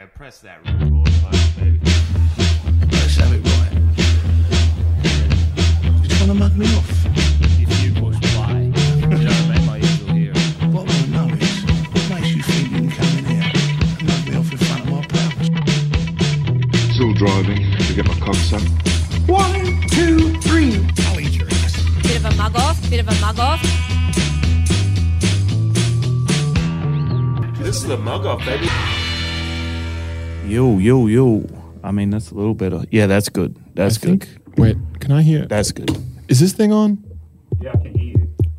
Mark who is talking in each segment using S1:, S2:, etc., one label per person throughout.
S1: Yeah, press that record button, baby.
S2: Let's have it right. You're trying to mug me off.
S3: If you push play, you know what I mean? My ears will hear. it.
S2: What I want to know is, what makes you think you can come in here and mug me off in front of my pals?
S4: Still driving to get my cocks up.
S2: One, two, three. I'll eat your ass.
S5: Bit of a mug off, bit of a mug off.
S1: This is the mug off, baby.
S6: Yo, yo, yo. I mean, that's a little better. Yeah, that's good. That's
S7: I
S6: good.
S7: think. Wait, can I hear?
S6: That's good.
S7: Is this thing on?
S3: You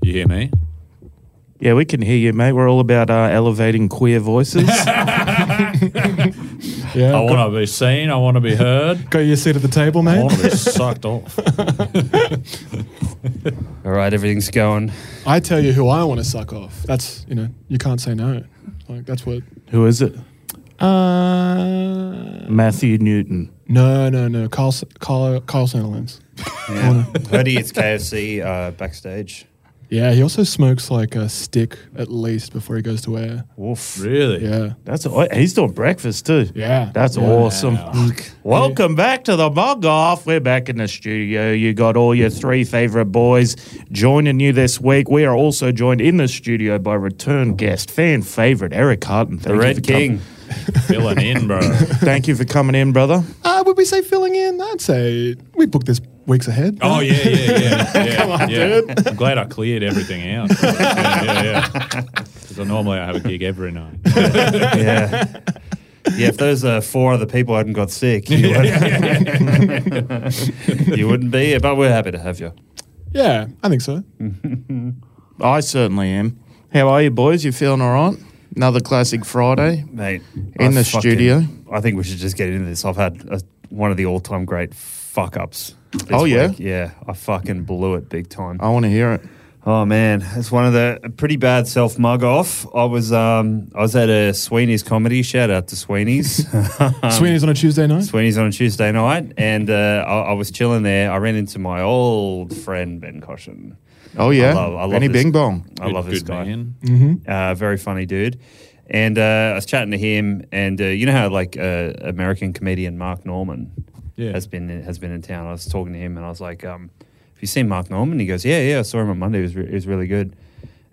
S3: hear me?
S6: Yeah, we can hear you, mate. We're all about uh, elevating queer voices.
S7: Yeah.
S3: I
S7: got,
S3: want to be seen. I want to be heard.
S7: got your seat at the table,
S3: I
S7: mate.
S3: want to be sucked off.
S8: All right, everything's going.
S7: I tell you who I want to suck off. That's you know you can't say no. Like that's what.
S6: Who is it?
S7: Uh,
S6: Matthew Newton.
S7: no, no, no. Carl, S- Carl, Carl Sanderlands.
S8: Yeah. Heard he eats KFC uh, backstage.
S7: Yeah, he also smokes like a stick at least before he goes to air.
S8: Woof.
S3: Really?
S7: Yeah.
S6: That's oh, he's doing breakfast too.
S7: Yeah.
S6: That's
S7: Yeah.
S6: awesome. Welcome back to the mug off. We're back in the studio. You got all your three favorite boys joining you this week. We are also joined in the studio by return guest, fan favorite Eric Harton. Thank
S8: The
S6: you
S8: Red
S6: for com-
S8: King.
S3: Filling in, bro.
S6: Thank you for coming in, brother.
S7: Uh, would we say filling in? I'd say we booked this weeks ahead.
S3: Oh yeah, yeah, yeah. yeah Come on, yeah. dude. I'm glad I cleared everything out. Yeah, yeah, yeah. Because normally I have a gig every night.
S8: Yeah. Yeah, if those uh, four other people hadn't got sick, you, would, you wouldn't be here, but we're happy to have you.
S7: Yeah, I think so.
S6: I certainly am. How are you, boys? You feeling all right? Another classic Friday.
S8: Mate.
S6: In the studio?
S8: I think we should just get into this. I've had a, one of the all time great fuck ups. this
S6: Oh, yeah?
S8: week. Yeah, I fucking blew it big time.
S6: I want to hear it.
S8: Oh man, it's one of the a pretty bad self mug off. I was um I was at a Sweeney's comedy. Shout out to Sweeney's.
S7: Sweeney's on a Tuesday night.
S8: Sweeney's on a Tuesday night, and uh, I, I was chilling there. I ran into my old friend Ben Caution.
S6: Oh yeah,
S8: I love, I love
S6: Benny
S8: this-
S6: Bing Bong.
S8: I love this
S3: good
S8: guy.
S3: Man.
S8: Uh, very funny dude. And uh, I was chatting to him, and uh, you know how like uh, American comedian Mark Norman
S3: Yeah.
S8: has been has been in town. I was talking to him, and I was like, um, "Have you seen Mark Norman?" He goes, "Yeah, yeah, I saw him on Monday. It was, re- it was really good."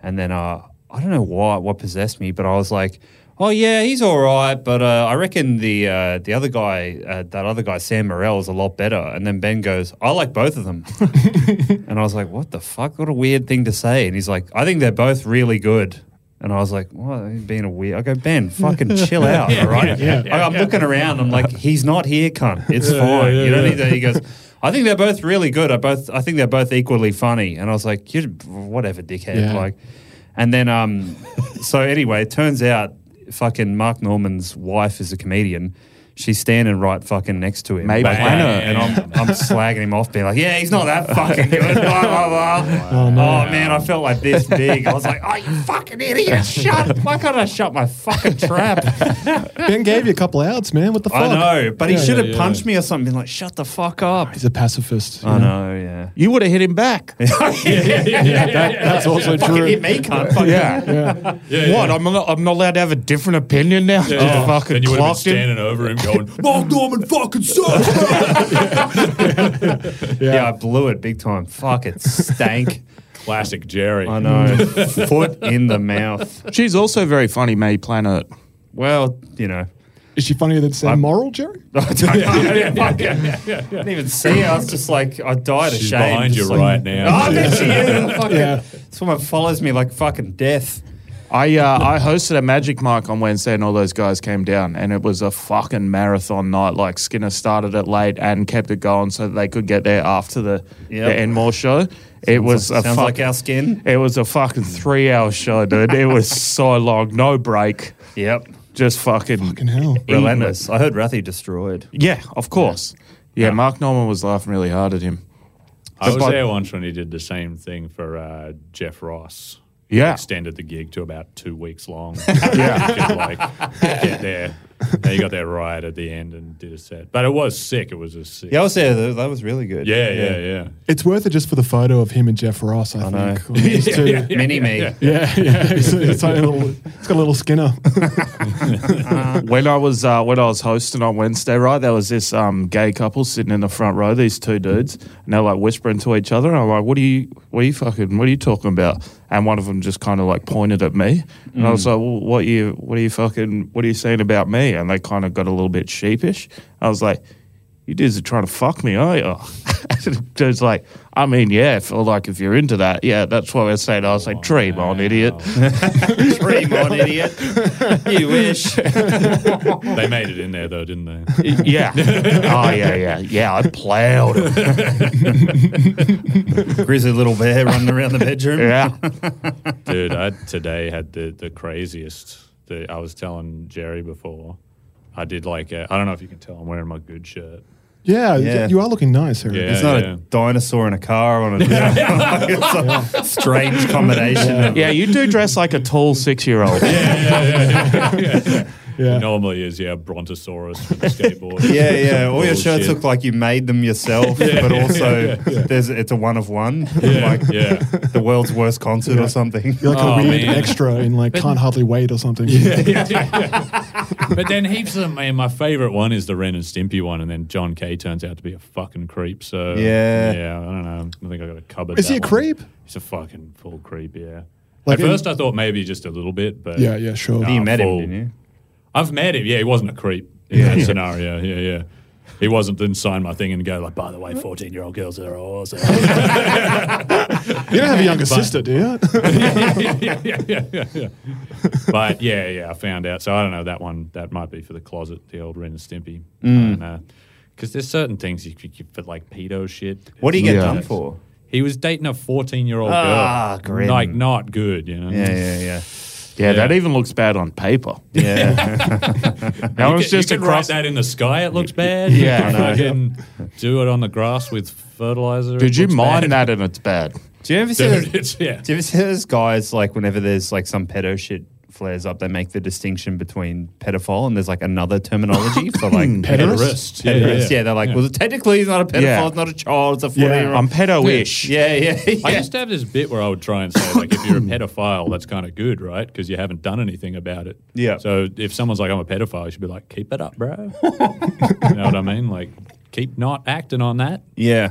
S8: And then uh, I don't know why what possessed me, but I was like, "Oh yeah, he's all right, but uh, I reckon the uh, the other guy, uh, that other guy Sam Morrell, is a lot better." And then Ben goes, "I like both of them." And I was like, what the fuck? What a weird thing to say. And he's like, I think they're both really good. And I was like, what? Being a weird. I go, Ben, fucking chill out. all right.
S7: yeah,
S8: Like, I'm looking around. I'm like, he's not here, cunt. It's
S7: Yeah,
S8: fine.
S7: yeah,
S8: you don't
S7: yeah.
S8: need that. He goes, I think they're both really good. I both. I think they're both equally funny. And I was like, you whatever, dickhead.
S7: Yeah.
S8: Like, and then, um, so anyway, it turns out fucking Mark Norman's wife is a comedian. She's standing right fucking next to him.
S6: Maybe.
S8: Like,
S3: Wow.
S8: And I'm, I'm slagging him off, being like, yeah, he's not that fucking good. Blah, blah, blah. Oh, man, I felt like this big. I was like, oh, you fucking idiot. Shut. Why can't I shut my fucking trap?
S7: Ben gave you a couple outs, man. What the fuck?
S8: I know, but
S7: Yeah,
S8: he should have
S7: yeah, yeah.
S8: punched me or something. Like, shut the fuck up.
S7: He's a pacifist. you
S8: I know, yeah.
S6: You would have hit him back.
S7: Yeah, that, that's also
S8: Fucking
S7: true.
S8: hit me, cunt. Fucking
S7: Yeah.
S6: what? I'm not. I'm not allowed to have a different opinion now. Just
S3: Yeah.
S6: fucking
S3: Oh, then you would have been
S6: clocked him.
S3: standing over him going, Mark Norman fucking sucks. bro."
S8: Yeah. I blew it big time. Fuck, it stank.
S3: Classic Jerry.
S8: I know. Foot in the mouth.
S6: She's also very funny, May Planet.
S8: Well, you know.
S7: Is she funnier than Sam Morrill, Jerry?
S8: I don't- I didn't fucking- didn't even see her. I was just like, I died of
S3: She's
S8: shame.
S3: behind
S8: Just
S3: you
S8: like,
S3: right
S8: Oh,
S3: now.
S8: I bet she is. Fucking-
S7: Yeah.
S8: This woman follows me like fucking death.
S6: I uh, I hosted a Magic Mike on Wednesday, and all those guys came down, and it was a fucking marathon night. Like Skinner started it late and kept it going so that they could get there after the,
S8: Yep.
S6: the Enmore show. it was
S8: Sounds
S6: a fuck,
S8: like our skin.
S6: it was a fucking three hour show, dude. It was so long, no break,
S8: Yep.
S6: just fucking
S7: Fucking hell.
S6: Eating
S8: Relentless. I heard Rathy destroyed.
S6: Yeah, of course. Yeah, Mark Norman was laughing really hard at him.
S3: I was
S6: But-
S3: there once when he did the same thing for uh, Jeff Ross.
S6: Yeah.
S3: extended the gig to about two weeks long. yeah, like get there then he got that riot at the end and did a set. But it was sick. It was a sick.
S8: Yeah, I was there. That that was really good.
S3: Yeah, yeah, yeah.
S7: It's worth it just for the photo of him and Jeff Ross, I,
S8: I know.
S7: think. Or these two. yeah,
S8: Mini me.
S7: yeah. It's, it's like a little, it's got a little Skinner.
S6: when I was uh, when I was hosting on Wednesday, right, there was this um, gay couple sitting in the front row, these two dudes, and they're like whispering to each other. And I'm like, "What are you? What are you fucking? What are you talking about?" And one of them just kind of like pointed at me, and I
S8: Mm.
S6: was like, well, "What you? What are you fucking? What are you saying about me?" And they kind of got a little bit sheepish. I was like. You dudes are trying to fuck me, aren't you? And the Dude's like, I mean, yeah, if, like if you're into that, yeah, that's what we're saying. I was like, dream on, idiot.
S8: Dream on, idiot. You wish.
S3: They made it in there though, didn't they?
S6: Yeah. oh yeah, yeah, yeah. I plowed it.
S8: Grizzly little bear running around the bedroom.
S6: Yeah.
S3: Dude, I today had the, the craziest. The, I was telling Jerry before. I did like I I don't know if you can tell I'm wearing my good shirt.
S7: yeah,
S8: Yeah.
S7: you are looking nice, Eric.
S3: Yeah.
S8: It's not
S3: yeah.
S8: a dinosaur in a car on a it's a strange combination. of-
S6: Yeah, you do dress like a tall six-year-old.
S7: Yeah.
S3: Normally is yeah Brontosaurus with the skateboard.
S8: Yeah, yeah. All your shirts
S3: Bullshit.
S8: look like you made them yourself, but also there's it's a one of one. Like
S3: yeah.
S8: the world's worst concert or something.
S7: You're like
S3: Oh,
S7: a weird
S3: man.
S7: extra in like Can't Hardly Wait or something. Yeah.
S3: But then heaps of them. And my favorite one is the Ren and Stimpy one, and then John Kay turns out to be a fucking creep. So
S8: Yeah.
S3: yeah. I don't know. I think I got a cupboard.
S7: Is he
S3: that
S7: a
S3: one.
S7: creep?
S3: He's a fucking full creep. Yeah.
S7: Like
S3: At
S7: in-
S3: first, I thought maybe just a little bit, but
S7: Yeah, yeah, sure.
S3: Nah,
S8: You met him,
S3: full.
S8: didn't you?
S3: I've met him. Yeah, he wasn't a creep in that scenario. Yeah, yeah. He wasn't didn't sign my thing and go like, by the way, fourteen year old girls are awesome.
S7: You don't have a younger sister, do you?
S3: yeah, yeah, yeah, yeah, yeah. But yeah, yeah, I found out. So I don't know that one. That might be for the closet, the old Ren and Stimpy. Because there's certain things you could for like pedo shit.
S8: What do you get
S6: Yeah.
S8: done for?
S3: He was dating a 14 year old girl.
S8: Ah, grim.
S3: Like not good, you know.
S8: Yeah, yeah, yeah.
S6: Yeah, that even looks bad on paper.
S8: Yeah.
S6: That
S3: You
S6: was
S3: could-
S6: just
S3: you
S6: a
S3: could write
S6: cross.
S3: that in the sky. It looks bad.
S6: Yeah,
S3: you
S6: I
S3: could
S6: know.
S3: fucking do it on the grass with fertilizer.
S6: Did
S3: it
S6: you
S3: looks
S6: mind
S3: bad.
S6: that and it's bad?
S8: Do you ever see
S3: Dude,
S8: those,
S3: it's, yeah.
S8: do you ever see those guys like whenever there's like some pedo shit flares up, they make the distinction between pedophile and there's like another terminology for like
S7: Pederast?
S3: Pederast.
S8: Yeah, yeah, they're like,
S3: Yeah.
S8: well, technically he's not a pedophile,
S6: Yeah.
S8: it's not a child, it's a 40 year
S6: I'm
S8: old.
S6: pedo-ish.
S8: Yeah, yeah,
S3: I
S8: yeah.
S3: used to have this bit where I would try and say, like, if you're a pedophile, that's kind of good, right? Because you haven't done anything about it.
S8: Yeah.
S3: So if someone's like, I'm a pedophile, you should be like, keep it up, bro. you know what I mean? Like, keep not acting on that.
S8: Yeah.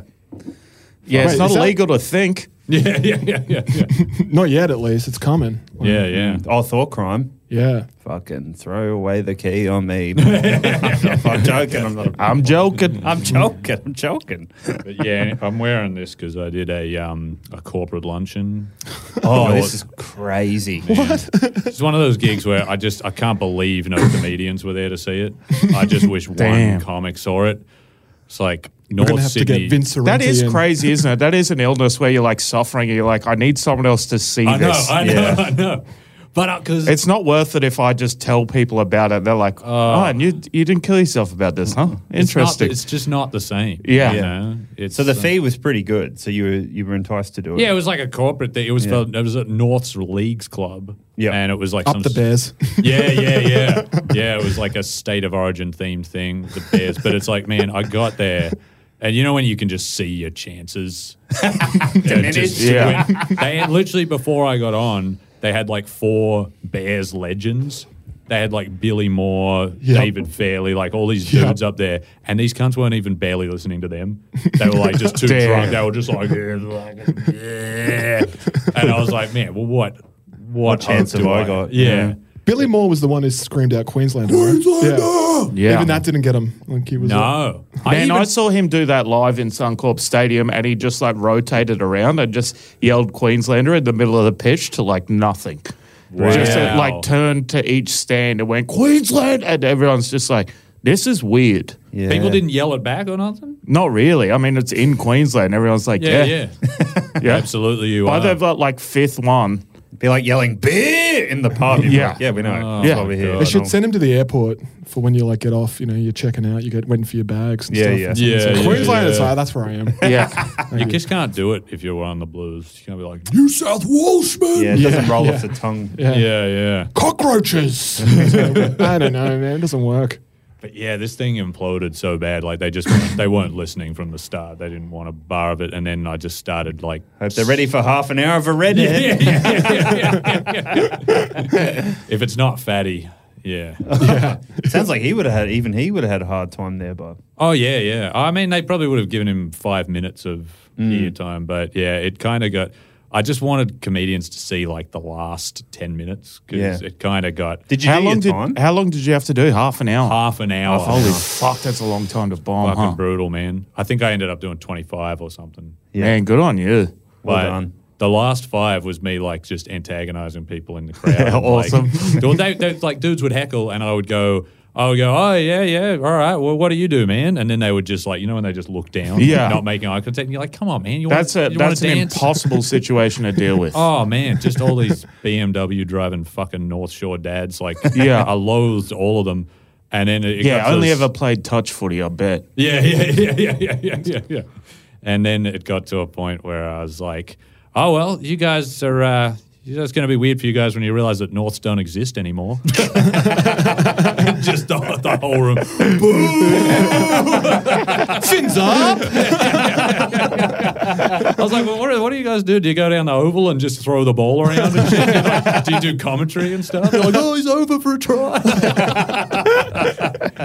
S6: Yeah,
S7: Wait,
S6: it's not
S7: is that-
S6: illegal to think.
S3: Yeah, yeah, yeah, yeah, yeah.
S7: Not yet, at least. It's coming. Like,
S3: yeah, yeah.
S8: Oh, thought crime.
S7: Yeah.
S8: Fucking throw away the key on me. I'm joking. I'm not. A,
S6: I'm joking.
S8: I'm joking. I'm joking.
S3: But yeah, I'm wearing this because I did a um a corporate luncheon.
S8: Oh,
S3: Lord.
S8: this is crazy. What?
S3: It's one of those gigs where I just I can't believe no comedians were there to see it. I just wish one
S6: Damn.
S3: comic saw it. It's like
S7: We're going
S3: North
S7: to have to
S3: Sydney.
S7: get Vince Sorrenti
S6: That is
S7: in.
S6: crazy, isn't it? That is an illness where you're like suffering. and You're like, I need someone else to see
S3: I know,
S6: this.
S3: I know,
S8: Yeah.
S3: I know. But uh, because
S6: It's not worth it if I just tell people about it. They're like, oh, and you, you didn't kill yourself about this, huh?
S3: It's not-
S6: Interesting.
S3: It's, just not the same.
S6: Yeah.
S3: you
S8: Yeah.
S3: know? It's,
S8: So the
S3: uh,
S8: fee was pretty good. So you were you were enticed to do it.
S3: Yeah, it was like a corporate thing. It was
S8: Yeah.
S3: for it was at North's Leagues Club.
S8: Yeah.
S3: and it was like
S7: Up
S3: some
S7: the
S3: s-
S7: Bears.
S3: Yeah, yeah, yeah, yeah. It was like a state of origin themed thing, the Bears. But it's like, man, I got there, and you know when you can just see your chances. They're just-
S6: Yeah.
S3: when- they had literally before I got on, they had like four Bears legends. They had like Billy Moore,
S7: Yep.
S3: David Fairley, like all these
S7: Yep.
S3: dudes up there, and these cunts weren't even barely listening to them. They were like just too
S6: Damn.
S3: drunk. They were just like, yeah, like, yeah. and I was like, man, well, what, what,
S8: chance
S3: hope
S8: have
S3: do
S8: I got?
S3: Yeah.
S8: Yeah.
S7: Billy Moore was the one who screamed out Queenslander. right? Yeah.
S6: Yeah.
S7: Even that didn't get him. Like he was like-
S3: No, I
S6: Man,
S3: even
S6: I saw him do that live in Suncorp Stadium, and he just like rotated around and just yelled Queenslander in the middle of the pitch to like nothing. Just uh,
S3: Wow.
S6: like turned to each stand and went Queensland, and everyone's just like, "This is weird."
S8: Yeah.
S3: people didn't yell it back or nothing.
S6: Not really. I mean, it's in Queensland. Everyone's like, "Yeah,
S3: Yeah, yeah, absolutely. You
S6: By
S3: are.
S6: the like fifth one,
S8: They're like yelling beer in the pub. You're
S6: Yeah.
S8: like, yeah, we know.
S3: Oh,
S8: That's
S6: Yeah.
S8: why we're here.
S3: God.
S7: They
S3: I
S7: should send him to the airport for when you like get off. You know, you're checking out, you get waiting for your bags. And
S8: Yeah,
S7: stuff.
S8: yeah.
S7: And someone
S3: Yeah,
S7: said,
S3: yeah,
S7: Queensland. It's
S3: yeah.
S7: like that's where I am.
S6: Yeah.
S3: You just can't do it if you're on the blues. You can't be like New South Walsh, man.
S8: Yeah, it doesn't roll off
S7: yeah.
S8: the tongue.
S7: Yeah.
S3: yeah, yeah.
S7: Cockroaches. I don't know, man. It doesn't work.
S3: But yeah, this thing imploded so bad. Like they just weren't, they weren't listening from the start. They didn't want a bar of it, and then I just started like
S8: Hope they're ready for half an hour of a red.
S3: yeah, yeah, yeah, yeah, yeah. if it's not fatty, yeah.
S8: Sounds like he would have had, even he would have had a hard time there, but
S3: Oh yeah, yeah. I mean, they probably would have given him five minutes of
S8: Mm.
S3: ear time, but yeah, it kind of got. I just wanted comedians to see like the last ten minutes because
S8: Yeah.
S3: it kind of got
S8: did you
S6: how
S8: do
S6: long
S8: your
S6: did
S8: time?
S6: how long did you have to do? Half an hour.
S3: half an hour.
S6: Holy fuck, that's a long time to bomb,
S3: fucking
S6: huh?
S3: brutal, man. I think I ended up doing twenty five or something.
S6: Man, good on you.
S8: Well
S3: But
S8: done.
S3: The last five was me like just antagonizing people in the crowd. and, like,
S6: Awesome.
S3: dude, they, they, like dudes would heckle, and I would go, I would go, oh yeah, yeah, all right. Well, what do you do, man? And then they would just like, you know, when they just look down,
S6: Yeah.
S3: not making eye contact. And you're like, come on, man, you
S6: That's
S3: want
S6: a
S3: to
S6: that's an
S3: dance?
S6: impossible situation to deal with.
S3: Oh man, just all these BMW driving fucking North Shore dads. Like,
S6: Yeah.
S3: I loathed all of them. And then it, it
S6: yeah,
S3: got
S6: I
S3: to
S6: only
S3: this-
S6: ever played touch footy, I bet.
S3: yeah, yeah, yeah, yeah, yeah, yeah, yeah, yeah. And then it got to a point where I was like, oh, well, you guys are, uh, you know, it's going to be weird for you guys when you realize that Norths don't exist anymore. Just the, the whole room.
S7: Fins up.
S3: I was like, well, what, do- what do you guys do? Do you go down the oval and just throw the ball around? And shit? do you do commentary and stuff? They're like, oh, he's over for a try.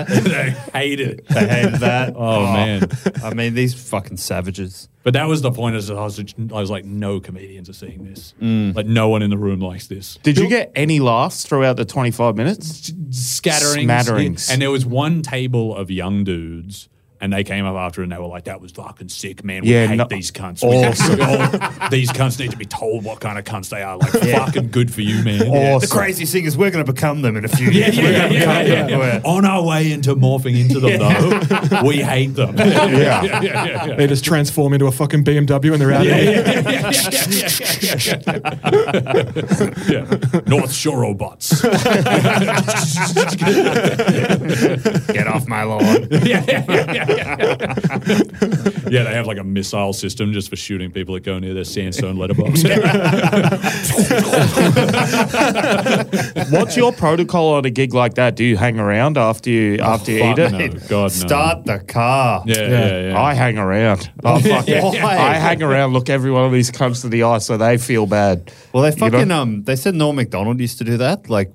S3: they hated it.
S8: They hated that.
S3: Oh, man.
S8: I mean, these fucking savages.
S3: But that was the point. Is that I was, I was like, no comedians are seeing this. Like, no one in the room likes this.
S6: Did you get any laughs throughout the 25 minutes?
S3: scatterings.
S6: Smatterings.
S3: And there was one table of young dudes, and they came up after and they were like, that was fucking sick, man. We
S6: Yeah,
S3: hate
S6: no-
S3: these cunts. We- we all- these cunts need to be told what kind of cunts they are. Like, fucking good for you, man.
S8: The crazy thing is, we're going to become them in a few
S3: Yeah,
S8: years.
S3: yeah,
S8: We're
S3: yeah,
S8: gonna
S3: yeah,
S8: become
S3: yeah,
S8: them.
S3: yeah. On our way into morphing into them, though, we hate them. Yeah, yeah, yeah, yeah, yeah.
S7: They just transform into a fucking BMW and they're out.
S3: Yeah,
S7: there.
S3: yeah, yeah, yeah, yeah, yeah, yeah. Yeah. North Shore robots.
S8: Get off my lawn.
S3: yeah, yeah, yeah, yeah. yeah, they have like a missile system just for shooting people that go near their sandstone letterbox.
S6: What's your protocol on a gig like that? Do you hang around after you after you eat
S3: Oh,
S6: it?
S3: Fuck no, God, no.
S8: Start the car.
S3: Yeah, yeah, yeah.
S6: I hang around. Oh, fuck yeah. I hang around, look every one of these comes to the eye so they feel bad.
S8: Well, they
S6: You know?
S8: fucking um. They said Norm Macdonald used to do that. Like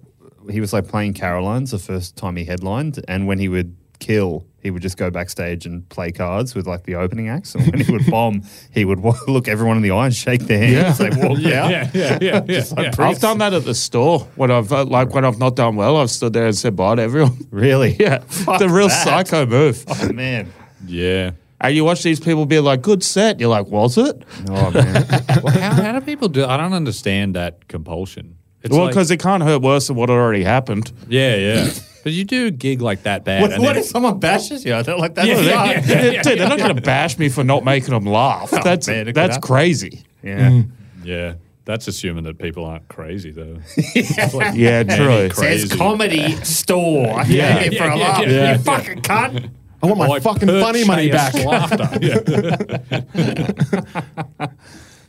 S8: he was like playing Caroline's the first time he headlined, and when he would kill, he would just go backstage and play cards with like the opening acts. And when he would bomb, he would wa- look everyone in the eye and shake their hands. They walk out.
S3: yeah, yeah, yeah, yeah, yeah.
S6: I've done that at the store when I've uh, like when I've not done well, I've stood there and said bye to everyone.
S8: Really?
S6: yeah,
S8: Fuck
S6: the real
S8: that.
S6: psycho move.
S8: Oh man.
S3: Yeah.
S6: And you watch these people be like, "Good set." You're like, "Was it?"
S8: Oh man.
S3: Well, how, how do people do? I don't understand that compulsion. It's
S6: well,
S3: like-
S6: because it can't hurt worse than what had already happened.
S3: yeah, yeah. But you do a gig like that bad.
S8: what
S3: and
S8: what
S3: then-
S8: if someone bashes you? I don't like that.
S3: Yeah,
S8: Yeah, yeah,
S3: yeah,
S8: Oh,
S3: yeah.
S6: Dude, they're not going to bash me for not making them laugh. that's
S8: man, it could
S6: that's
S8: happen.
S6: crazy.
S8: Mm.
S3: Yeah, that's assuming that people aren't crazy though.
S6: Yeah, true.
S8: Says
S3: Crazy.
S8: comedy store.
S6: Yeah.
S8: Yeah, for
S3: Yeah,
S8: a
S3: yeah,
S8: laugh.
S3: yeah.
S8: You fucking cunt.
S7: I want my
S3: Like
S7: fucking funny money back.
S3: purchased Laughter. Yeah.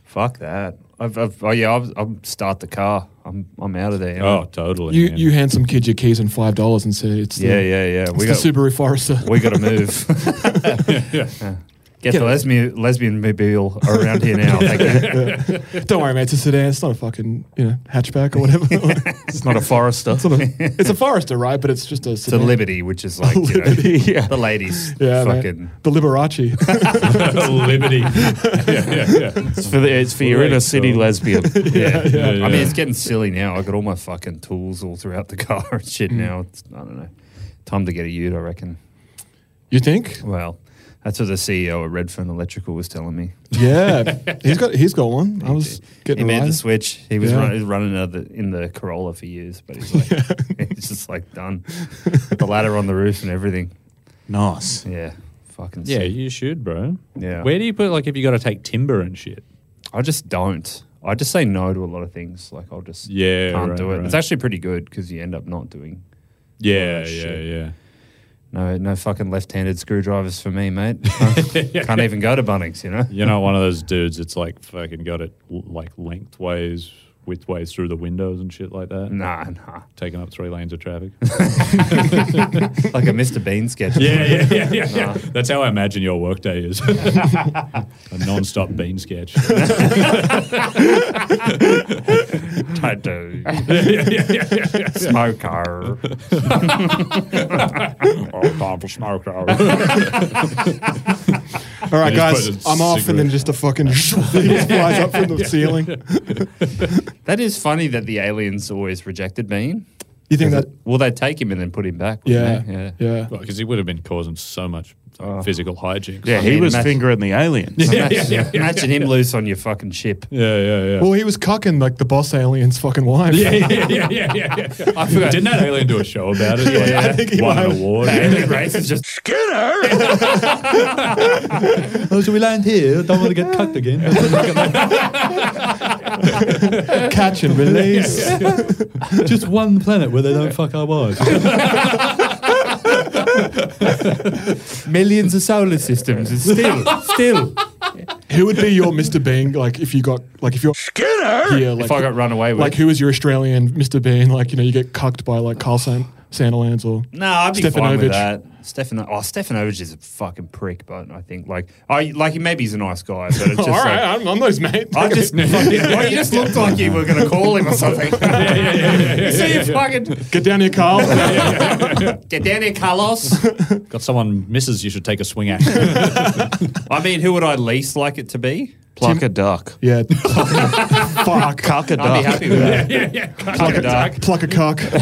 S8: Fuck that. I've, I've oh yeah, I'll, I'll start the car. I'm I'm out of there.
S3: Oh, totally.
S7: You
S3: man.
S7: you hand some kid your keys and five dollars and say it's the,
S8: yeah, yeah, yeah.
S7: It's
S8: We
S7: the
S8: got
S7: Subaru Forester.
S8: we got to move. Get the lesbian lesbian mobile around here now. Thank you.
S7: Don't worry, mate. It's a sedan. It's not a fucking you know hatchback or whatever. it's
S6: It's not a forester.
S7: not a. It's a Forester, right? But it's just a.
S8: It's a
S7: Sedan.
S8: liberty, which is like you know,
S6: yeah.
S8: the ladies.
S7: Yeah, mate.
S8: fucking.
S7: The Liberace.
S3: liberty. yeah, yeah, yeah.
S6: It's for, the, it's for your
S3: Well,
S6: inner
S3: thanks,
S6: city
S3: though.
S6: lesbian.
S8: Yeah.
S3: Yeah,
S8: I mean,
S3: yeah.
S8: it's getting silly now. I got all my fucking tools all throughout the car and shit. Now it's I don't know. Time to get a ute, I reckon.
S7: you think?
S8: Well, that's what the CEO at Redfern Electrical was telling me.
S7: Yeah, he's got he's got one. I was
S8: he
S7: getting a
S8: made
S7: ride.
S8: the switch. He was
S7: Yeah.
S8: run, he was running out the, in the Corolla for years, but he's like, it's just like done. the ladder on the roof and everything.
S6: nice.
S8: Yeah, fucking.
S3: Yeah,
S8: sick.
S3: you should, bro.
S8: Yeah.
S3: Where do you put like if you got to take timber and shit?
S8: I just don't. I just say no to a lot of things. Like I'll just
S3: Yeah,
S8: can't
S3: right,
S8: do it.
S3: right.
S8: It's actually pretty good because you end up not doing Oh,
S3: Yeah, yeah,
S8: shit.
S3: yeah.
S8: no no fucking left-handed screwdrivers for me, mate. Can't, can't even go to Bunnings, you know.
S3: You're not one of those dudes that's like fucking got it l- like lengthways, widthways through the windows and shit like that.
S8: Nah, nah.
S3: Taking up three lanes of traffic.
S8: Like a Mr. Bean sketch.
S3: yeah, yeah, yeah, yeah, yeah. That's how I imagine your workday is. a non-stop bean sketch. yeah,
S8: I do.
S3: yeah, yeah, yeah, yeah.
S8: Smoker.
S3: Oh, time for smoke
S7: All
S3: hour.
S7: right,
S3: Yeah,
S7: guys,
S3: just put a
S7: I'm off, and then
S3: cigarette.
S7: just a fucking thing just flies up from the ceiling.
S8: That is funny that the aliens always rejected Bean.
S7: You think that?
S8: Well, they take him and then put him back.
S7: Yeah,
S8: wouldn't they?
S7: yeah,
S8: yeah.
S7: yeah.
S3: Because he would have been causing so much physical hijinks.
S6: Yeah,
S8: I
S6: he
S8: mean,
S6: was
S8: imagine-
S6: fingering the aliens.
S3: yeah, yeah, yeah, yeah.
S8: Imagine him loose on your fucking ship.
S3: Yeah, yeah, yeah.
S7: Well, he was cucking like the boss alien's fucking wife.
S3: yeah, yeah, yeah, yeah, yeah, yeah. I forgot. Didn't that alien do a show about it? Like,
S7: Yeah, I think he
S3: won
S7: might
S3: an
S7: have.
S3: award.
S8: Alien race is just
S3: oh, should we land here? Don't want to get cut again.
S7: Catch and release.
S3: Just one planet where they don't fuck our wives.
S8: millions of solar systems. It's still, still.
S7: Who would be your Mr. Bean? Like, if you got like if you're Skinner. Yeah, like
S8: if I got run away with,
S7: like who is your Australian Mr. Bean? Like you know you get cucked by like Carl San- Sandilands or
S8: No, I'd be fine
S7: Stefanovic.
S8: with that. Stefan, oh, Stefanovic is a fucking prick, but I think like, I like he maybe he's a nice guy, but it's just
S7: All
S8: like,
S7: I'm, I'm those mate.
S8: I just fucking, well, you just looked like you were gonna call him or something. you see, you fucking
S7: get down here, Carl.
S8: get down here, Carlos.
S3: Got someone misses. You should take a swing at.
S8: I mean, who would I least like it to be?
S6: Pluck a duck.
S7: yeah, fuck,
S6: Cuck a
S8: I'd be
S6: duck.
S8: happy with that.
S3: yeah, yeah.
S8: Fuck a duck.
S7: pluck a cock.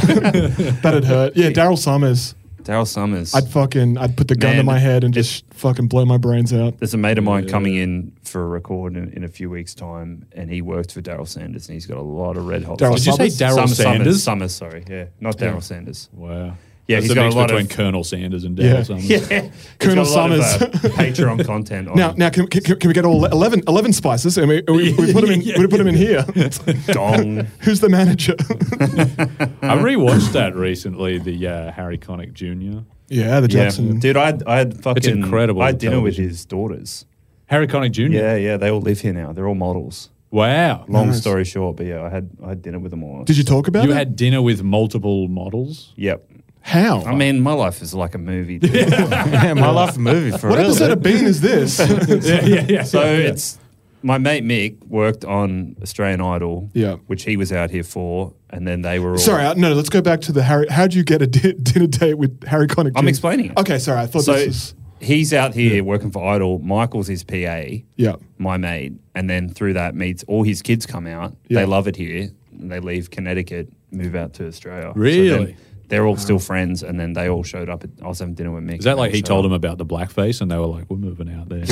S7: That'd hurt. Yeah, Daryl Summers.
S8: Daryl Summers.
S7: I'd fucking I'd put the gun to
S8: Man,
S7: my head and
S8: it-
S7: just fucking blow my brains out.
S8: There's a mate of mine coming in for a record in, in a few weeks' time, and he worked for Daryl Sanders, and he's got a lot of red hot.
S7: Daryl
S3: Did you say Daryl
S8: Summers,
S3: Sanders?
S8: Summers, sorry, yeah, not Daryl Sanders.
S3: Wow.
S8: Yeah,
S3: That's
S8: he's
S3: the
S8: got a
S3: mix
S8: lot
S3: between
S8: of-
S3: Colonel Sanders and
S7: Yeah.
S3: Dale Summers.
S8: Yeah,
S7: Colonel
S8: Summers uh, Patreon content. On
S7: Now, now, can, can, can we get all 11, 11 spices? And we, we, we put them in. we put them in here.
S8: dong.
S7: Who's the manager?
S3: I rewatched that recently. The uh, Harry Connick Jr.
S7: yeah, the
S8: Yeah,
S7: Jackson.
S8: dude, I had, I had fucking
S3: incredible
S8: I had dinner with
S3: television.
S8: his daughters.
S3: Harry Connick Jr.
S7: Hmm.
S8: Yeah, yeah, they all live here now. They're all models.
S3: Wow.
S8: Long story short, but yeah, I had I had dinner with them all.
S7: Did you talk about
S3: You
S7: it?
S3: had dinner with multiple models.
S8: Yep.
S7: How?
S8: I mean, my life is like a movie. Dude.
S6: Yeah, my life movie for
S7: what
S6: real.
S7: episode of Bean is this?
S3: yeah, yeah, yeah.
S8: So it's my mate Mick worked on Australian Idol,
S7: Yeah.
S8: which he was out here for, and then they were all
S7: Sorry, I- no, no, let's go back to the Harry. How'd you get a di- dinner date with Harry Connick?
S8: I'm
S7: Jr.?
S8: explaining it.
S7: Okay, sorry, I thought
S8: So
S7: this was.
S8: he's out here working for Idol. Michael's his PA,
S7: Yeah.
S8: my mate, and then through that meets all his kids come out.
S7: Yeah.
S8: They love it here. and They leave Connecticut, move out to Australia. So
S3: Really?
S8: then they're all still friends, and then they all showed up. At, I was having dinner with Mick.
S3: Is that like he told
S8: him?
S3: them about the blackface and they were like, we're moving out there?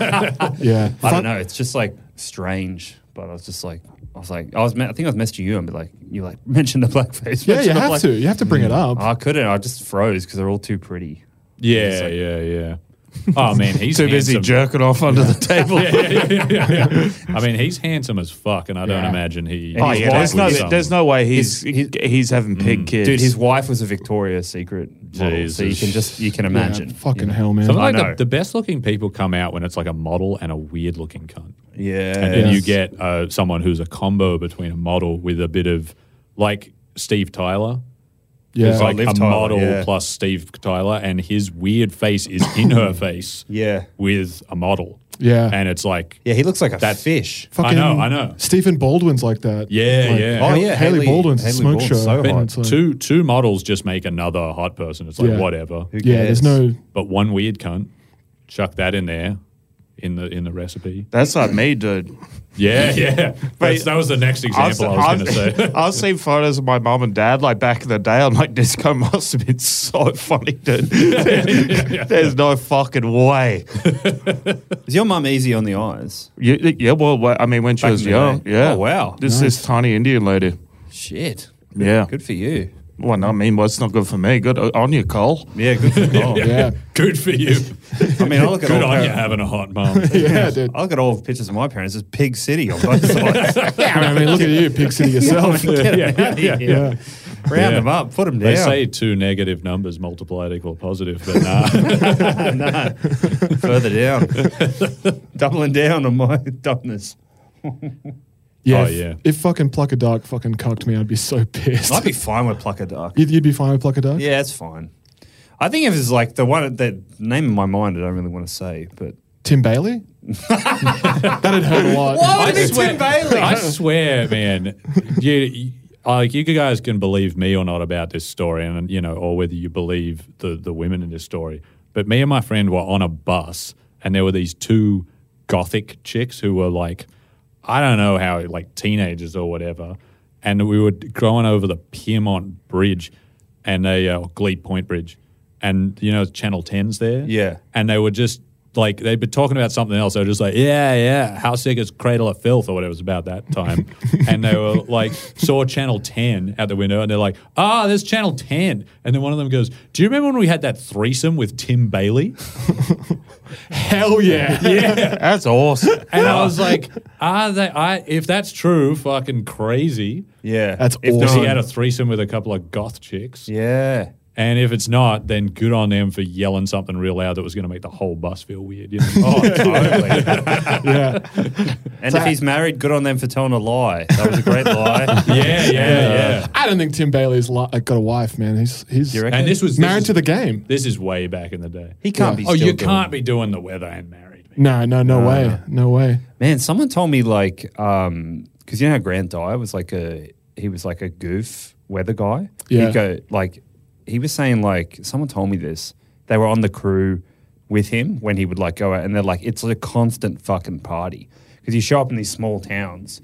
S7: Yeah.
S8: I don't know. It's just like strange. But I was just like, I was like, I was. Me- I think I was messaging you and be like, you like mentioned the blackface.
S7: Yeah,
S8: mention
S7: you
S8: the
S7: have
S8: black-
S7: to. You have to bring it up.
S8: Mm, I couldn't. I just froze because they're all too pretty.
S3: Yeah, yeah, yeah. Oh man, he's
S6: Too busy
S3: handsome.
S6: jerking off under the table.
S3: Yeah, yeah, yeah, yeah, yeah. I mean, he's handsome as fuck, and I don't
S8: Yeah.
S3: imagine he.
S8: Oh,
S3: he's
S8: yeah,
S6: there's,
S3: with
S6: no,
S3: some-
S6: there's no way he's
S8: His- his-
S6: he's, having pig kids.
S8: Dude, his wife was a Victoria's Secret model, so you
S3: Jesus.
S8: can just you can
S7: Yeah,
S8: imagine.
S7: fucking hell, man.
S3: Something
S8: I
S3: like the,
S8: know.
S3: the best looking people come out when it's like a model and a weird looking cunt.
S8: Yeah,
S3: And then
S7: Yes.
S3: you get uh, someone who's a combo between a model with a bit of, like Steve Tyler.
S7: yeah. Oh,
S3: It's like
S8: Liv
S3: a
S8: Tyler,
S3: model
S8: yeah.
S3: plus Steve Tyler, and his weird face is in her face
S8: yeah,
S3: with a model.
S7: Yeah.
S3: And it's like,
S8: yeah. He looks like a
S3: That-
S8: fish.
S3: I know, I know.
S7: Stephen Baldwin's like that.
S3: Yeah,
S7: Like,
S3: yeah.
S7: Ha-
S8: Oh, yeah,
S7: Haley,
S8: Hayley-
S7: Baldwin's
S8: Hayley
S7: smoke
S8: Baldwin's
S7: show.
S8: so
S7: and
S8: hot.
S7: it's like-
S3: two two models just make another hot person. It's like
S7: Yeah.
S3: whatever.
S8: Who
S7: Yeah, there's
S8: cares?
S7: no.
S3: But one weird cunt, chuck that in there, in the in the recipe.
S6: That's like me, dude.
S3: Yeah, yeah. That's, that was the next example I was,
S6: I've-
S3: going to say.
S6: I've seen photos of my mum and dad like back in the day. I'm like, disco must have been so funny, dude. There's no fucking way.
S8: Is your mum easy on the eyes?
S6: You, yeah, well, well, I mean, when she
S8: Back
S6: was
S8: in the
S6: young,
S8: day.
S6: yeah.
S8: Oh, wow.
S6: This this tiny Indian lady.
S8: Shit.
S6: Yeah.
S8: Good for you.
S6: Well, I mean, well, it's not good for me. Good uh, on you, Cole.
S8: Yeah, good for Cole.
S7: Yeah.
S3: Good for you.
S8: I mean, I look at
S3: Good
S8: all
S3: on
S8: her-
S3: you having a hot mom.
S7: Yeah, dude.
S8: I look at all the pictures of my parents. It's pig city on both sides.
S7: Yeah, I mean, look at you, pig city yourself.
S8: Get 'em
S3: Yeah,
S8: out of
S3: yeah,
S8: here.
S7: yeah.
S8: Round
S3: Yeah.
S8: them up. Put them down.
S3: They say two negative numbers multiplied equal positive, but nah.
S8: no, further down. Doubling down on my dumbness.
S7: Yeah.
S3: Oh,
S7: if-
S3: yeah.
S7: If fucking Plucker Dark fucking cucked me, I'd be so pissed.
S8: I'd be fine with Plucker Dark.
S7: You'd, you'd be fine with Plucker Dark?
S8: Yeah, that's fine. I think if it's like the one that name in my mind, I don't really want to say, but
S7: Tim Bailey? That'd hurt a lot.
S8: would it be Tim Bailey?
S3: I swear, man. You, you- like you guys can believe me or not about this story, and you know, or whether you believe the the women in this story. But me and my friend were on a bus, and there were these two gothic chicks who were like, I don't know how, like teenagers or whatever. And we were going over the Piermont Bridge, and they uh, Glee Point Bridge, and you know, Channel 10's there.
S8: Yeah.
S3: And they were just like, they'd been talking about something else. They were just like, yeah, yeah, how sick is Cradle of Filth or whatever it was about that time. and they were like, saw Channel 10 out the window and they're like, ah, there's Channel 10. And then one of them goes, do you remember when we had that threesome with Tim Bailey?
S7: Hell yeah.
S3: yeah.
S6: That's awesome.
S3: And I was like, ah, they, I, if that's true, fucking crazy.
S8: yeah,
S7: That's
S8: if
S7: awesome.
S3: Because
S8: not-
S3: he had a threesome with a couple of goth chicks.
S8: yeah.
S3: And if it's not, then good on them for yelling something real loud that was going to make the whole bus feel weird. You know?
S8: Oh, totally.
S7: yeah.
S8: and if he's married, good on them for telling a lie. That was a great lie. uh,
S3: yeah, yeah, yeah.
S7: I don't think Tim Bailey's li- like, got a wife, man. He's he's
S8: You reckon?
S3: And this was
S7: married
S3: this
S7: to
S3: is,
S7: the game.
S3: This is way back in the day.
S8: He can't be.
S3: oh,
S8: still
S3: you
S8: doing-
S3: can't be doing the weather and married. Man.
S7: No, no, no way, no way.
S8: Man, someone told me like, um, because you know how Grant Dyer was like a he was like a goof weather guy.
S7: Yeah.
S8: He'd go like he was saying like someone told me this. They were on the crew with him when he would like go out, and they're like, it's a constant fucking party because you show up in these small towns.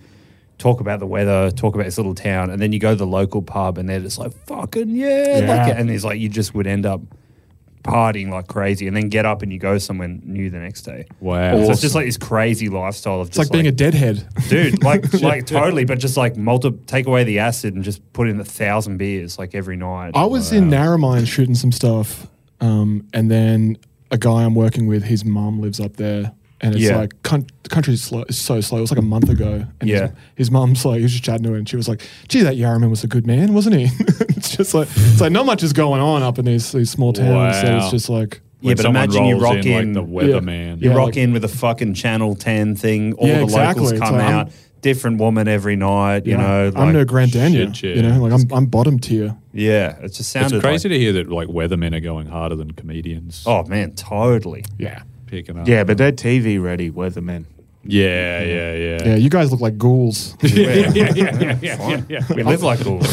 S8: Talk about the weather, talk about this little town, and then you go to the local pub, and they're just like, "Fucking yeah!" Like, it. and it's like you just would end up partying like crazy, and then get up and you go somewhere new the next day.
S3: Wow.
S8: So it's
S3: Awesome.
S8: just like this crazy lifestyle of
S7: It's like
S8: just
S7: being a deadhead.
S8: dude, like like totally, but just like multi take away the acid and just put in a thousand beers like every night.
S7: I was in Narromine shooting some stuff, um, and then a guy I'm working with, his mum lives up there, and it's
S8: Yeah.
S7: like con- the country's slow, is so slow. It was like a month ago, and
S8: Yeah.
S7: his, his mum's like, he was just chatting to her, and she was like, "Gee, that Yarraman was a good man, wasn't he?" it's just like, it's like not much is going on up in these these small towns. So
S3: Wow.
S7: it's just like,
S8: yeah,
S3: When
S8: but
S3: someone
S8: imagine you
S3: rolls
S8: rock
S3: in,
S8: in,
S3: like the weatherman.
S8: you
S7: Yeah,
S8: rock
S7: like-
S8: in with a fucking Channel Ten thing. All
S7: Yeah,
S8: the locals
S7: exactly. It's
S8: come
S7: like, I'm-
S8: out, different woman every night. You
S7: yeah,
S8: know,
S7: I'm
S8: like-
S7: no Grand Daniel,
S3: shit, yeah.
S7: you know, like I'm I'm bottom tier.
S8: yeah. It just
S3: It's
S8: sounded
S3: crazy to hear that like weathermen are going harder than comedians.
S8: Like, oh man, totally.
S7: Yeah.
S3: picking up.
S6: Yeah, but they're TV ready weathermen.
S3: yeah, yeah, yeah.
S7: Yeah, you guys look like ghouls.
S3: yeah, yeah, yeah, yeah, yeah,
S8: We live like ghouls.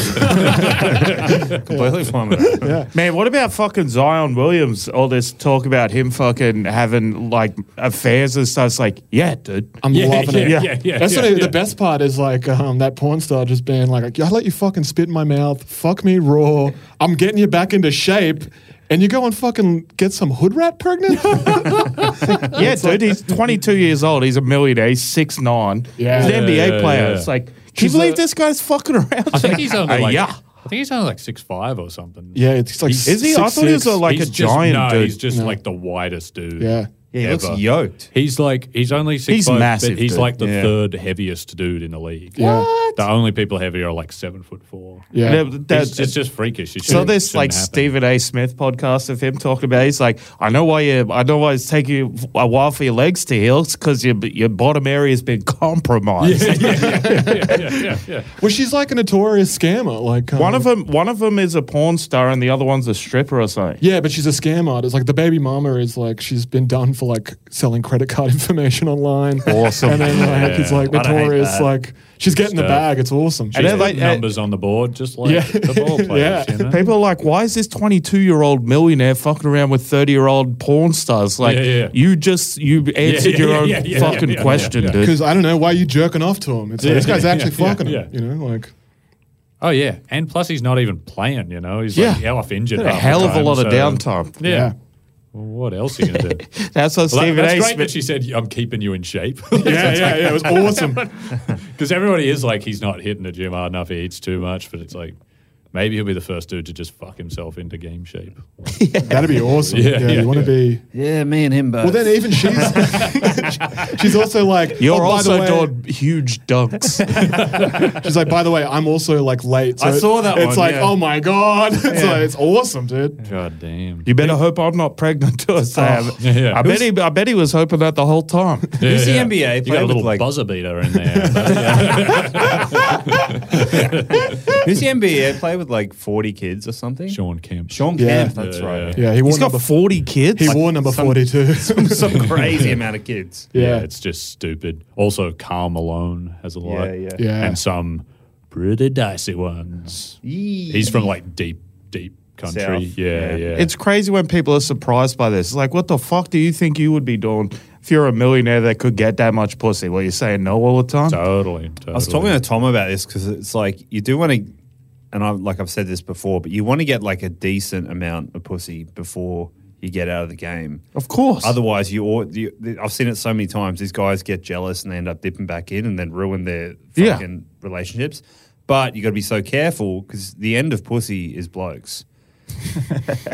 S8: Completely fine with that.
S7: yeah.
S6: Man, what about fucking Zion Williams? All this talk about him fucking having like affairs and stuff. It's like, yeah, dude.
S7: I'm
S3: Yeah,
S7: loving it.
S3: yeah, yeah, yeah,
S7: That's
S3: yeah,
S7: not even
S3: yeah.
S7: the best part is like um, that porn star just being like, I let you fucking spit in my mouth, fuck me raw. I'm getting you back into shape. And you go and fucking get some hood rat pregnant?
S6: yeah, dude. He's 22 years old. He's a millionaire. He's six nine.
S7: Yeah.
S6: he's an
S3: Yeah,
S6: NBA
S3: yeah,
S6: player.
S3: yeah.
S6: It's like, can you believe this guy's fucking around?
S3: I think he's only
S6: Uh,
S3: like
S6: yeah.
S3: I think he's only like six five or something.
S7: yeah, it's like
S6: Is he? I thought he was a, like
S3: He's
S6: a
S3: just-
S6: giant
S3: no,
S6: dude.
S3: He's just like the widest dude.
S7: Yeah.
S8: Yeah, he looks
S3: Ever.
S8: yoked.
S3: He's like he's only six.
S6: He's
S3: foot,
S6: massive,
S3: But he's
S6: dude.
S3: like the
S8: Yeah.
S3: third heaviest dude in the league.
S7: Yeah.
S3: The only people heavier are like seven foot four.
S7: Yeah.
S6: They're- they're-
S3: It's, it's just freakish. It
S6: So
S3: shouldn't-
S6: this like
S3: shouldn't happen.
S6: Stephen A. Smith podcast of him talking about, it. he's like, I know why you, I know why it's taking you a while for your legs to heal. It's because your your bottom area has been compromised.
S3: yeah, yeah, yeah, yeah.
S7: Well, she's like a notorious scammer. Like um,
S6: One of them, one of them is a porn star, and the other one's a stripper or something.
S7: Yeah, but she's a scam artist. Like the baby mama is like she's been done for like selling credit card information online.
S6: Awesome.
S7: And then like
S3: Yeah.
S7: it's like
S8: I don't hate
S7: notorious.
S8: that.
S7: Like she's getting the
S3: stuff.
S7: bag. It's awesome.
S3: She's
S6: And then,
S3: putting
S6: like, uh,
S3: numbers on the board, just like
S7: Yeah.
S3: the ball players.
S7: Yeah.
S3: you know?
S6: People are like, why is this 22 year old millionaire fucking around with 30 year old porn stars? Like,
S3: Yeah, yeah.
S6: you just, you answered
S3: yeah,
S6: your
S3: yeah,
S6: own
S3: yeah, yeah,
S6: fucking
S3: yeah, yeah,
S6: question,
S3: yeah.
S6: dude.
S7: Because I don't know why you jerking off to him. It's like,
S3: Yeah,
S7: this guy's
S3: yeah,
S7: actually
S3: yeah,
S7: fucking
S3: yeah.
S7: him. You know, like
S3: Oh yeah, and plus he's not even playing. You know, he's like
S6: Yeah.
S3: hell off injured.
S6: Had a
S3: half the
S6: hell of a
S3: time,
S6: lot of
S3: so-
S6: downtime.
S3: Yeah.
S7: Yeah.
S3: Well, what else are you gonna do?
S6: That's what
S3: Well, that-
S6: Stephen
S3: that's
S6: A.
S3: great
S6: Smith-
S3: that she said, "I'm keeping you in shape."
S7: yeah, yeah, yeah. It was awesome.
S3: Because everybody is like, he's not hitting the gym hard enough. He eats too much, but it's like, Maybe he'll be the first dude to just fuck himself into game shape.
S7: That'd be awesome. Yeah,
S3: Yeah, yeah,
S7: you want
S3: yeah.
S7: to be.
S8: Yeah, me and him both.
S7: Well, then even she's she's also like
S6: You're
S7: oh, by the
S6: also
S7: way-
S6: doing huge dunks.
S7: She's like, by the way, I'm also like late. So
S8: I saw that
S7: It's
S8: one,
S7: like,
S8: yeah.
S7: oh my god, it's like it's awesome, dude.
S3: God damn.
S6: you better hope I'm not pregnant to us. Sam.
S3: Oh, Yeah, yeah.
S6: I bet he. I bet he was hoping that the whole time.
S8: Who's the
S3: yeah.
S8: NBA player
S3: You got a
S8: with,
S3: little
S8: like-
S3: buzzer beater in there. uh,
S8: Who's the NBA player with like 40 kids or something?
S3: Sean Kemp.
S8: Sean
S7: Yeah.
S8: Kemp, that's
S3: Yeah,
S8: right.
S7: Yeah, he wore
S6: He's got
S7: number
S6: 40 kids.
S7: he wore number forty two.
S8: Some crazy amount of kids.
S3: Yeah.
S7: Yeah.
S3: it's just stupid. Also, Carl Malone has a lot.
S8: Yeah, yeah.
S7: Yeah.
S3: And some pretty dicey ones. He's from like deep, deep country.
S8: South.
S3: Yeah, yeah.
S8: Yeah.
S6: It's crazy when people are surprised by this. It's like, what the fuck do you think you would be doing if you're a millionaire that could get that much pussy? What, you're saying no all the time?
S3: totally, totally.
S8: I was talking to Tom about this because it's like you do want to, and I like I've said this before, but you want to get like a decent amount of pussy before you get out of the game.
S6: of course.
S8: Otherwise, you, all, you I've seen it so many times. These guys get jealous and they end up dipping back in and then ruin their
S6: Yeah.
S8: fucking relationships. But you got to be so careful because the end of pussy is blokes.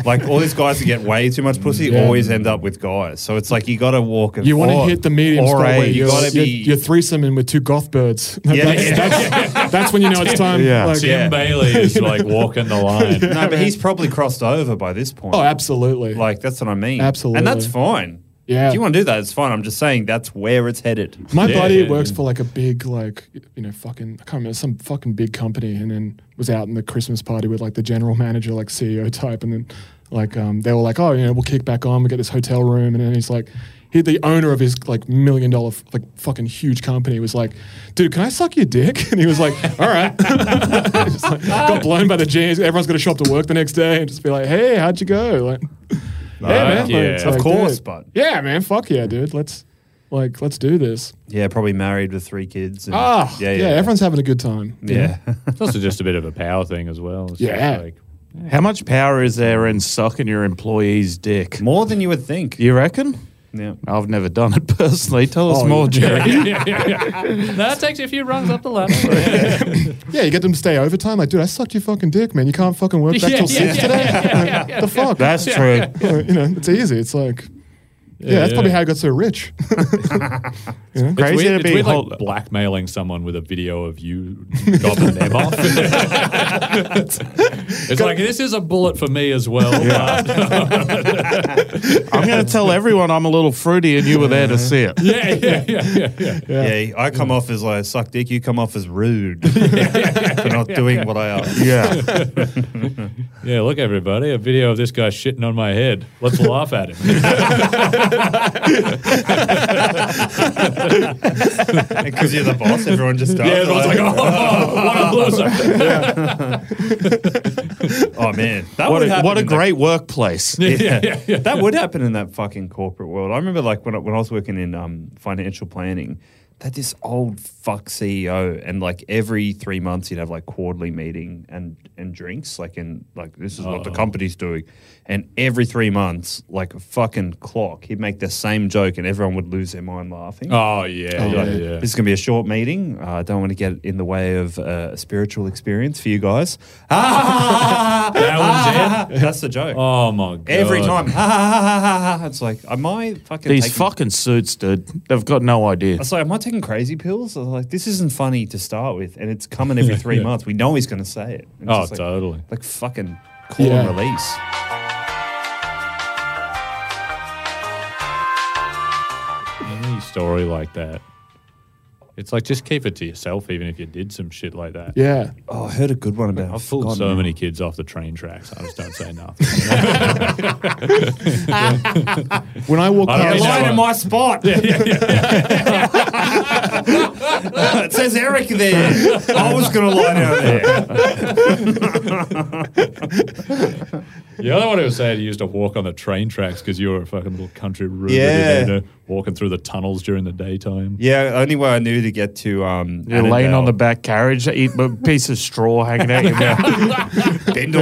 S8: like all these guys that get way too much pussy
S7: Yeah.
S8: always end up with guys. So it's like you got to walk. A
S7: You want to
S8: fine-
S7: hit the medium
S8: or
S7: spot
S8: a-
S7: where
S8: you
S7: you are
S8: gotta be-
S7: you're threesoming with two goth birds.
S8: Yeah,
S7: that's,
S8: yeah.
S7: That's, that's when you know it's time.
S6: Yeah.
S7: Like,
S3: Tim
S8: Yeah.
S3: Bailey is like walking the line.
S8: No, but he's probably crossed over by this point.
S7: Oh, absolutely.
S8: Like that's what I mean.
S7: Absolutely.
S8: and that's fine.
S7: Yeah.
S8: if you want to do that, it's fine. I'm just saying that's where it's headed.
S7: My
S3: Yeah,
S7: buddy
S3: yeah,
S7: works
S3: yeah.
S7: for like a big, like, you know, fucking, I can't remember, some fucking big company. And then was out in the Christmas party with like the general manager, like CEO type. And then, like, um, they were like, oh, you know, we'll kick back on, we'll get this hotel room. And then he's like, he, the owner of his like million dollar, f- like fucking huge company was like, dude, can I suck your dick? And he was like, all right. Just, like, got blown by the jeans. Everyone's going to show up to work the next day and just be like, hey, how'd you go? Like, yeah,
S3: Fuck yeah.
S7: it's
S3: Of
S8: course,
S7: dude,
S8: bud.
S7: Yeah, man. Fuck yeah, dude. Let's, like, let's do this.
S8: Yeah, probably married with three kids. And,
S7: Ah, yeah, everyone's having a good time. you know?
S8: yeah.
S3: It's also just a bit of a power thing as well. It's just
S7: Yeah.
S3: like,
S6: How much power is there in sucking your employee's dick?
S8: more than you would think.
S6: You reckon?
S8: Yeah.
S6: I've never done it personally. Tell us
S7: Oh,
S6: more,
S7: yeah.
S6: Jerry.
S3: that takes a few runs up the ladder.
S7: Yeah, you get them to stay overtime. Like, dude, I sucked your fucking dick, man. You can't fucking work back till six today. the fuck?
S6: That's true.
S7: you know, it's easy. It's like, yeah, that's probably how I got so rich.
S3: It's
S6: Crazy
S3: weird,
S6: to
S3: it's
S6: be
S3: weird,
S6: hold-
S3: like blackmailing someone with a video of you gobbling them off. it's like this is a bullet for me as well.
S6: I'm going to tell everyone I'm a little fruity and you were there to see it.
S3: Yeah, yeah, yeah, yeah, yeah.
S8: Yeah. I come off as like suck dick. You come off as rude for not doing what I asked.
S6: Yeah.
S3: Yeah, look, everybody, a video of this guy shitting on my head. Let's laugh at him.
S8: Because you're the boss, everyone just starts.
S3: yeah, everyone's like, oh, what a loser.
S8: oh man, that
S6: What
S8: would
S6: a,
S8: happen
S6: what a
S8: in the-
S6: great workplace.
S8: yeah, that would happen in that fucking corporate world. I remember like when I, when I was working in um, financial planning, that this old fuck CEO, and like every three months he'd have like quarterly meeting and and drinks, like in like this is
S3: Oh.
S8: what the company's doing, and every three months, like a fucking clock, he'd make the same joke, and everyone would lose their mind laughing.
S3: Oh, yeah, yeah,
S8: Like,
S3: yeah.
S8: This is going to be a short meeting. Uh, I don't want to get in the way of uh, a spiritual experience for you guys. Ah,
S3: That one's
S8: That's the joke.
S3: Oh, my God.
S8: Every time, ha, ha, ha, ha, ha, ha. it's like, am I fucking
S6: These
S8: taking,
S6: fucking suits, dude. They've got no idea.
S8: I was like, am I taking crazy pills? I was like, this isn't funny to start with, and it's coming every three months. We know he's going to say it. And it's
S3: Oh,
S8: just like,
S3: totally.
S8: Like fucking call
S7: Yeah.
S8: and release.
S3: Any story like that. It's like just keep it to yourself, even if you did some shit like that.
S7: Yeah.
S8: Oh, I heard a good one about.
S3: I've
S8: I've
S3: pulled
S8: forgotten
S3: so
S8: now.
S3: many kids off the train tracks. I just don't say nothing.
S7: When I walk
S3: I
S7: past,
S3: don't really know.
S8: Lying in my spot. it says Eric there. I was going to lie down there.
S3: The other one who was saying he used to walk on the train tracks because you were a fucking little country road,
S8: Yeah.
S3: walking through the tunnels during the daytime.
S8: Yeah, only way I knew to get to um,
S6: You're laying on the
S8: Annandale.
S6: back carriage, eat a piece of straw hanging out your mouth.
S8: Bendel.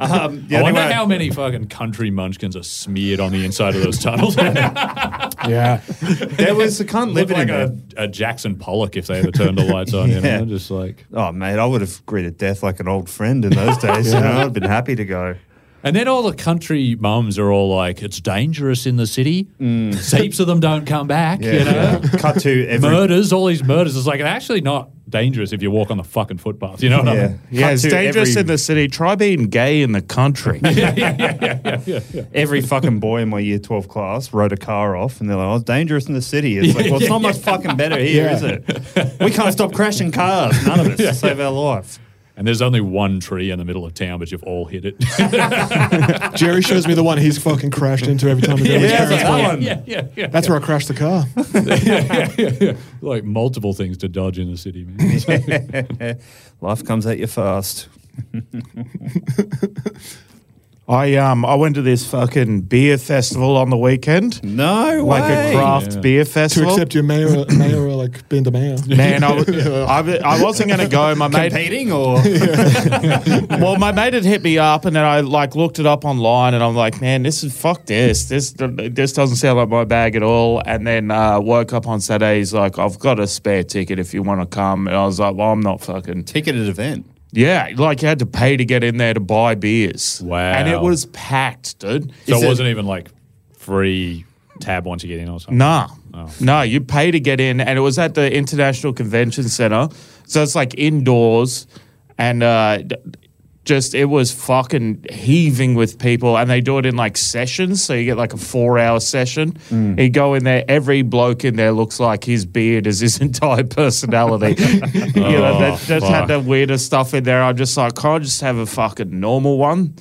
S8: um, the
S3: I
S8: only
S3: wonder
S8: way-
S3: how many fucking country munchkins are smeared on the inside of those tunnels.
S7: Yeah.
S8: there was I can't live
S3: Looked
S8: in
S3: like
S8: there.
S3: a, a Jackson Pollock if they ever turned the lights on. You
S8: Yeah.
S3: know, just like.
S8: Oh mate, I would have greeted death like an old friend in those days. You know, I'd been happy to go.
S3: And then all the country mums are all like, "It's dangerous in the city. Heaps of them don't come back.
S8: Mm. Yeah,
S3: you know,
S8: yeah. cut to every
S3: murders, all these murders. It's like it's actually not dangerous if you walk on the fucking footpath. You know what I
S8: Yeah.
S3: mean?
S6: Yeah,
S8: Cut
S6: it's
S8: to
S6: dangerous
S8: every-
S6: in the city. Try being gay in the country.
S8: every fucking boy in my year twelve class rode a car off, and they're like, "Oh, it's dangerous in the city." It's like, well, it's not much fucking better here,
S7: Yeah.
S8: is it? We can't stop crashing cars. None of us to save our life.
S3: And there's only one tree in the middle of town, but you've all hit it.
S7: Jerry shows me the one he's fucking crashed into every time he goes.
S8: Yeah, that's that one.
S3: yeah, yeah, yeah.
S7: That's where I crashed the car.
S3: Like multiple things to dodge in the city, man.
S8: Life comes at you fast.
S6: I um I went to this fucking beer festival on the weekend,
S8: No
S6: like
S8: way.
S6: a craft
S3: Yeah.
S6: beer
S7: to
S6: festival.
S7: accept your mayor, mayor like being the mayor.
S6: Man, I, w- I, w- I wasn't going to go. My mate,
S8: Competing or
S6: well, my mate had hit me up, and then I like looked it up online, and I'm like, man, this is fuck this. This this doesn't sound like my bag at all. And then uh, woke up on Saturday. He's like, I've got a spare ticket if you want to come. And I was like, well, I'm not fucking
S8: ticketed event?
S6: Yeah, like you had to pay to get in there to buy beers.
S3: Wow.
S6: And it was packed, dude.
S3: so
S6: Is
S3: it wasn't even like free tab once you get in or something.
S6: Nah.
S3: Oh.
S6: No, you pay to get in, and it was at the International Convention Center. So it's like indoors, and uh, d- just it was fucking heaving with people. And they do it in like sessions. So you get like a four hour session.
S3: Mm.
S6: You go in there, every bloke in there looks like his beard is his entire personality. you know,
S3: Oh,
S6: they just
S3: fuck.
S6: had the weirdest stuff in there. I'm just like, can I just have a fucking normal one?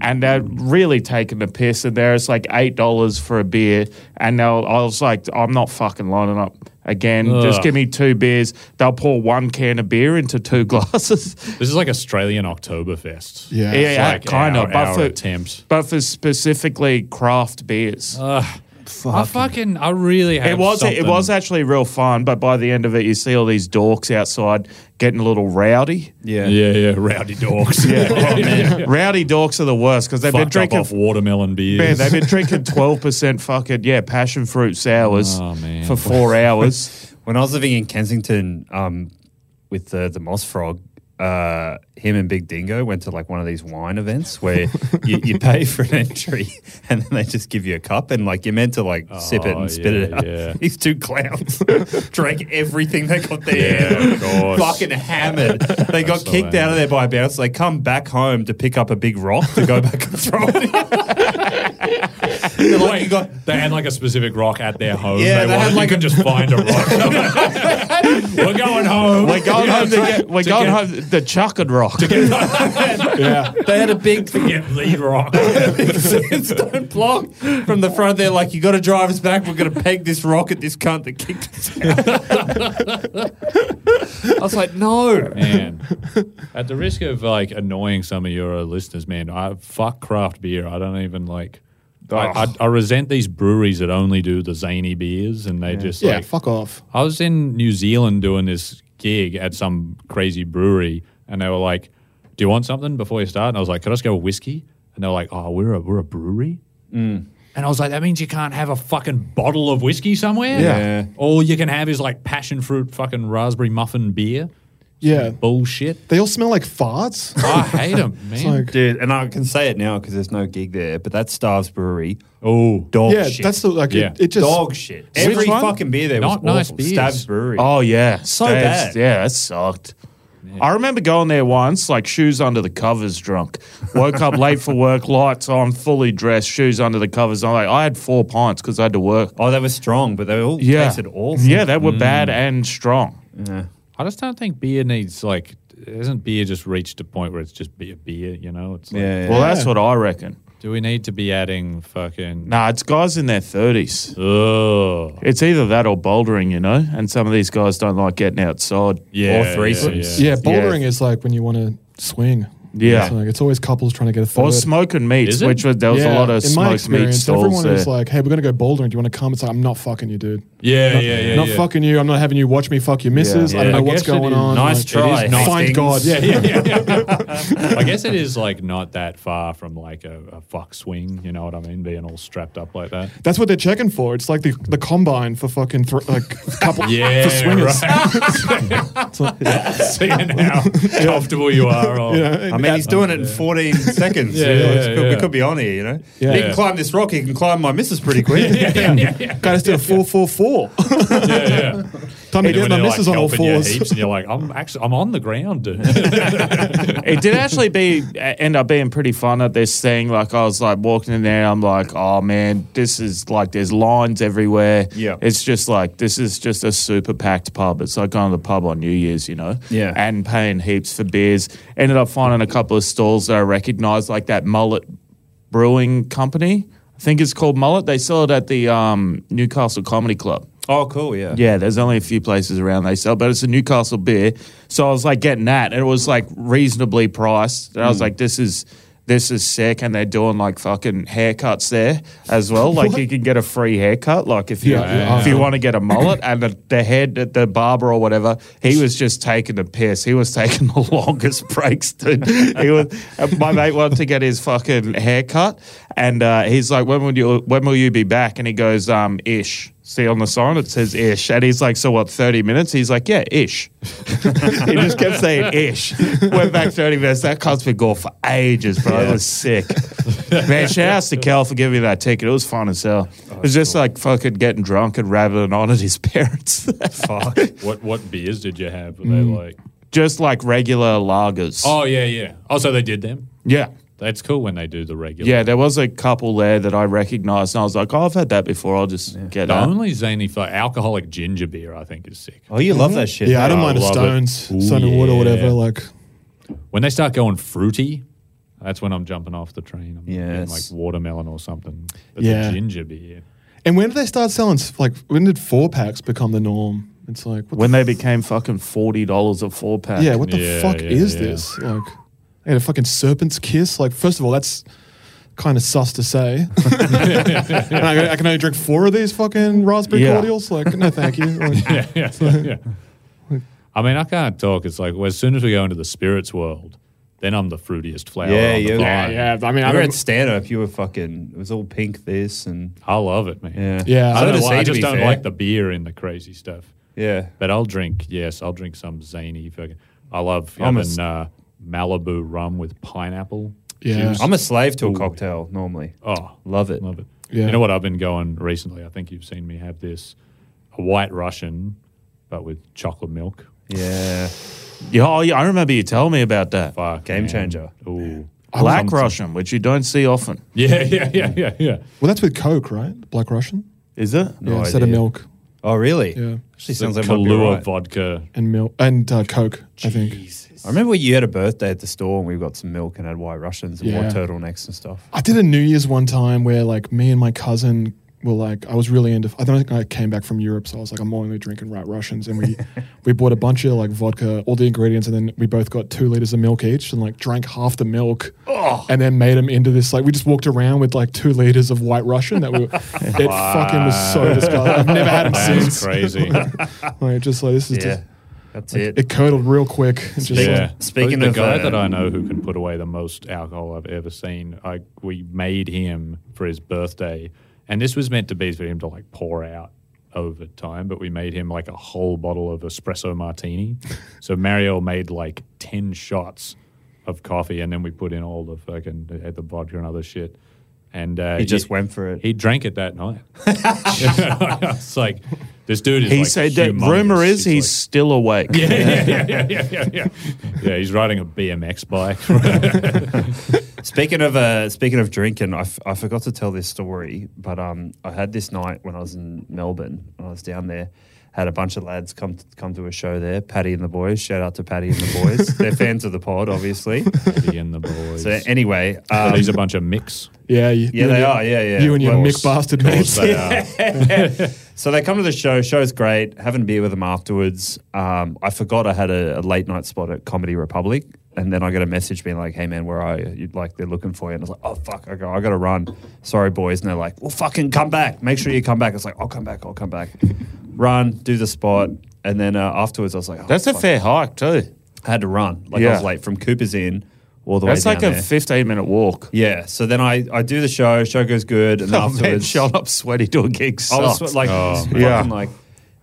S6: And they're really taking the piss in there. It's like eight dollars for a beer, and they'll, I was like, I'm not fucking lining up again. Just
S3: Ugh.
S6: give me two beers. They'll pour one can of beer into two glasses.
S3: This is like Australian Oktoberfest.
S7: Yeah.
S3: It's
S6: yeah,
S3: like
S6: kind
S3: our,
S6: of, but
S3: our
S6: for
S3: attempt.
S6: but for specifically craft beers.
S3: I fucking, I really have
S6: It was it
S3: something-
S6: was actually real fun, but by the end of it, you see all these dorks outside getting a little rowdy.
S8: Yeah.
S3: Yeah, yeah, rowdy dogs. yeah,
S6: Oh, Rowdy dorks are the worst because they've
S3: Fucked
S6: been drinking
S3: up off watermelon beers.
S6: Man, they've been drinking twelve percent fucking yeah passion fruit sours
S3: Oh, man.
S6: for four hours.
S8: When I was living in Kensington um, with the, the Moss Frog, uh, him and Big Dingo went to like one of these wine events where you, you pay for an entry and then they just give you a cup and like you're meant to like sip it
S3: Oh,
S8: and spit it
S3: yeah,
S8: out.
S3: yeah.
S8: These two clowns drank everything they got there.
S3: Yeah, of course.
S8: Fucking hammered. They got
S3: the
S8: kicked
S3: way.
S8: out of there by a bouncer. They come back home to pick up a big rock to go back and throw it. They're like,
S3: Wait,
S8: you got,
S3: they had like a specific rock at their home.
S8: Yeah,
S3: they,
S8: they had,
S3: wanted,
S8: like,
S3: you could just find a rock. we're going home.
S6: We're going
S3: Yeah,
S6: home to
S3: try-
S6: get we're
S3: to
S6: going
S3: get-
S6: home the chuckered rock.
S8: they had a big
S3: to get the rock.
S8: stone block from the front. They're like, you got to drive us back. We're going to peg this rock at this cunt that kicked us out. I was like,
S3: Oh,
S8: no.
S3: Man, at the risk of like annoying some of your listeners, man, I fuck craft beer. I don't even like. I, I, I resent these breweries that only do the zany beers, and they just
S7: Yeah,
S3: like
S7: fuck off.
S3: I was in New Zealand doing this gig at some crazy brewery, and they were like, "Do you want something before you start?" And I was like, "Could I just go with whiskey?" And they were like, "Oh, we're a we're a brewery." And I was like, "That means you can't have a fucking bottle of whiskey somewhere.
S8: Yeah.
S3: All you can have is like passion fruit, fucking raspberry muffin beer.
S7: Yeah.
S3: Bullshit.
S7: They all smell like farts.
S3: I hate them,
S7: It's
S3: man.
S7: like,
S8: Dude, and I can say it now because there's no gig there, but that Starves Brewery,
S3: oh,
S8: dog
S7: yeah,
S8: shit.
S7: that's the, like,
S3: Yeah.
S7: it, it just.
S8: dog shit. Every
S6: one?
S8: fucking beer there
S3: Not
S8: was awful.
S3: nice beers.
S8: Stav's Brewery.
S6: Oh yeah, so
S8: bad.
S6: Yeah, that sucked. I remember going there once, like shoes under the covers, drunk. Woke up late for work, lights on, fully dressed, shoes under the covers. I'm like, I had four pints because I had to work.
S8: Oh, they were strong, but they all
S6: Yeah,
S8: tasted awful.
S6: yeah, they were bad
S3: Mm.
S6: and strong.
S3: I just don't think beer needs like. Hasn't beer just reached a point where it's just beer? Beer, you know? It's like,
S8: Yeah,
S6: Well, that's what I reckon.
S3: do we need to be adding fucking?
S6: Nah, it's guys in their thirties.
S3: Ugh.
S6: It's either that or bouldering, you know. And some of these guys don't like getting outside.
S3: Yeah,
S8: Or threesomes.
S3: Yeah,
S7: Yeah, bouldering is like when you want to swing.
S6: Yeah.
S7: So, like, it's always couples trying to get a third.
S6: Or smoking meats,
S3: Is it?
S6: which was there was
S7: Yeah,
S6: a lot of
S7: in my
S6: smoked meat
S7: experience,
S6: stalls
S7: Everyone
S6: there.
S7: is like, "Hey, we're gonna go bouldering. Do you want to come?" It's like, "I'm not fucking you, dude.
S3: Yeah,
S7: not,
S3: yeah, yeah.
S7: Not
S3: yeah.
S7: fucking you. I'm not having you watch me fuck your missus. I don't
S3: Yeah.
S7: know
S3: I
S7: what's
S3: guess it
S7: going
S3: is.
S7: on."
S8: Nice
S7: Like,
S8: try.
S3: nice
S7: Find
S8: things.
S7: God. Yeah, yeah.
S3: yeah, yeah. I guess it is like not that far from like a, a fuck swing. You know what I mean? Being all strapped up like that.
S7: That's what they're checking for. It's like the, the combine for fucking thr like couple for swingers.
S3: Seeing how comfortable you are. Or,
S7: You know,
S8: I mean, he's doing it in 14 seconds.
S3: Yeah,
S8: you know,
S3: yeah,
S8: it's-
S3: yeah.
S8: We could be on here, you know?
S7: Yeah.
S8: He can climb this rock, he can climb my missus pretty quick.
S3: yeah, yeah, yeah.
S7: guys did a four four four.
S3: yeah, yeah.
S7: Time to
S3: And
S7: get
S3: when
S7: my
S3: they're,
S7: missus
S3: like
S7: on all
S3: helping you
S7: fours.
S3: heaps and you're like, I'm actually I'm on the ground, dude.
S6: it did actually be end up being pretty fun at this thing. Like I was like walking in there, I'm like, oh man, this is like there's lines everywhere.
S8: Yeah.
S6: it's just like this is just a super packed pub. It's like going to the pub on New Year's, you know.
S8: Yeah.
S6: and paying heaps for beers. Ended up finding a couple of stalls that I recognised, like that Mullet Brewing Company. I think it's called Mullet. They sell it at the um, Newcastle Comedy Club.
S8: Oh, cool, yeah.
S6: Yeah, there's only a few places around they sell, but it's a Newcastle beer. So I was like getting that, and it was like reasonably priced. And I was like, this is this is sick, and they're doing like fucking haircuts there as well. Like you can get a free haircut, like if you
S7: Yeah, yeah,
S6: if
S7: yeah.
S6: you want to get a mullet, and the, the head the barber or whatever, he was just taking the piss. He was taking the longest breaks, dude. He was my mate wanted to get his fucking haircut, and uh, he's like, when will you when will you be back? And he goes, um, ish. See on the sign it says ish, and he's like, "So what? Thirty minutes?" He's like, "Yeah, ish." he just kept saying ish. Went back thirty minutes. That cunt's been gone for ages, bro. It was sick. Man, shout outs to Cal for giving me that ticket. It was fun as
S7: Oh,
S6: hell. it was just like fucking getting drunk and rabbiting on at his parents. Fuck.
S3: what what beers did you have? Were they like?
S6: just like regular lagers.
S3: Oh yeah, yeah. Oh, so they did them.
S6: yeah.
S3: That's cool when they do the regular.
S6: Yeah, there was a couple there that I recognized, and I was like, oh, I've had that before. I'll just get
S3: The
S6: that.
S3: only zany like alcoholic ginger beer, I think, is sick.
S8: Oh, you love that shit.
S7: Yeah, I don't
S8: huh?
S7: mind a
S3: love it.
S7: stones,
S3: Ooh,
S7: stone and wood or whatever.
S3: yeah.
S7: Like
S3: When they start going fruity, that's when I'm jumping off the train. I'm getting,
S8: Yes.
S3: like watermelon or something. But
S7: Yeah.
S3: the ginger beer.
S7: And when did they start selling? s- Like, when did four packs become the norm? It's like, what
S6: When they became fucking $40 a four
S7: the,
S6: pack.
S7: yeah, what the
S3: Yeah,
S7: fuck
S3: yeah,
S7: is
S3: yeah.
S7: this? Like, I had a fucking serpent's kiss. Like, first of all, that's kind of sus to say. and I, I can only drink four of these fucking raspberry
S6: Yeah.
S7: cordials. Like, no, thank you. Like,
S3: yeah, yeah, yeah. I mean, I can't talk. It's like well, as soon as we go into the spirits world, then I'm the fruitiest flower.
S8: Yeah,
S3: on the
S8: yeah.
S3: vine.
S7: yeah, I mean,
S8: I
S7: I
S8: remember at
S7: don't,
S8: stand up, you were fucking, it was all pink this and.
S3: I love it, man.
S8: Yeah.
S7: Yeah.
S3: I,
S8: So
S3: don't
S8: does
S3: know why,
S8: he, to
S3: I just
S8: be
S3: don't
S8: fair.
S3: like the beer in the crazy stuff.
S8: Yeah.
S3: But I'll drink. Yes, I'll drink some zany. Fucking, I love
S8: I'm a
S3: having
S8: s-
S3: uh, Malibu rum with pineapple.
S7: yeah,
S8: I'm a slave to a cocktail normally.
S3: Oh,
S8: Love it.
S3: love it.
S7: Yeah.
S3: You know what I've been going recently? I think you've seen me have this a white Russian, but with chocolate milk.
S8: Yeah.
S6: Yeah, oh, yeah, I remember you telling me about that.
S3: Fuck,
S8: Game
S3: man.
S8: changer.
S3: Ooh.
S6: Black
S3: Something.
S6: Russian, which you don't see often.
S3: Yeah, yeah, yeah, yeah, yeah.
S7: well, that's with Coke, right? Black Russian.
S6: Is it?
S7: yeah, instead of
S8: idea.
S7: milk.
S8: Oh, really?
S7: Yeah,
S8: Actually,
S3: The
S8: sounds like might be
S3: Kahlua
S8: right.
S3: vodka.
S7: and milk and uh, Coke. I think
S8: I remember when you had a birthday at the store and we got some milk and had white Russians and white
S7: Yeah.
S8: turtlenecks and stuff.
S7: I did a New Year's one time where like me and my cousin were like I was really into. I don't think I came back from Europe, so I was like I'm only drinking right Russians, and we we bought a bunch of like vodka, all the ingredients, and then we both got two liters of milk each, and like drank half the milk,
S8: Oh.
S7: and then made them into this like we just walked around with like two liters of White Russian that we were, it fucking was so disgusting. I've never had them
S3: That's
S7: since.
S3: crazy.
S7: Like just like this is
S8: Yeah.
S7: just
S8: That's it.
S7: it curdled real quick. It's just like-
S3: yeah.
S8: Speaking
S3: the
S8: of,
S3: guy
S8: uh,
S3: that I know who can put away the most alcohol I've ever seen, I we made him for his birthday, and this was meant to be for him to like pour out over time, but we made him like a whole bottle of espresso martini. so Mario made like ten shots of coffee, and then we put in all the fucking had the vodka and other shit. And uh,
S8: He just went for it.
S3: He drank it that night. it's like this dude is.
S6: He
S3: like,
S6: said that
S3: humongous.
S6: rumor is he's
S3: like-
S6: still awake.
S3: yeah, yeah, yeah, yeah, yeah, yeah. Yeah, he's riding a BMX bike.
S8: Speaking of uh, speaking of drinking, I, f- I forgot to tell this story, but um, I had this night when I was in Melbourne. When I was down there, had a bunch of lads come to, come to a show there. Patty and the boys. Shout out to Patty and the boys. They're fans of the pod, obviously.
S3: He and the boys.
S8: So anyway, um,
S3: he's a bunch of mix.
S7: yeah, you-
S8: Yeah,
S7: you
S8: they
S7: and your-
S8: are. Yeah, yeah.
S7: You and
S8: Of
S7: your
S8: course.
S7: Mick bastard
S3: course
S7: mates.
S3: they are.
S8: So they come to the show. Show's great. Having a beer with them afterwards. Um, I forgot I had a, a late night spot at Comedy Republic And then I got a message being like, "Hey man, where are you? you like they're looking for you." And I was like, "Oh fuck, I got, I got to run. Sorry boys." And they're like, "Well, fucking come back. Make sure you come back." It's like, "I'll come back. I'll come back." run, do the spot, and then uh, afterwards, I was like, oh,
S6: That's a
S8: fuck.
S6: fair hike too.
S8: I had to run. Like I
S6: Yeah.
S8: was late from Cooper's Inn all the
S6: That's
S8: way.
S6: like
S8: down
S6: a
S8: there.
S6: fifteen minute walk.
S8: Yeah. So then I, I do the show. Show goes good, and
S6: Oh, man,
S8: afterwards,
S6: showed up sweaty to a gig.
S8: I was
S6: sucks.
S8: like, fucking
S6: yeah.
S8: like,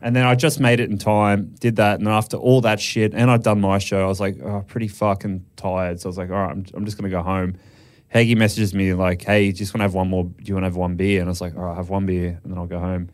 S8: and then I just made it in time. Did that, and after all that shit, and I'd done my show, I was like, oh, pretty fucking tired. So I was like, all right, I'm, I'm just gonna go home. Haggy messages me like, hey, just want to have one more. Do you want to have one beer? And I was like, all right, have one beer, and then I'll go home.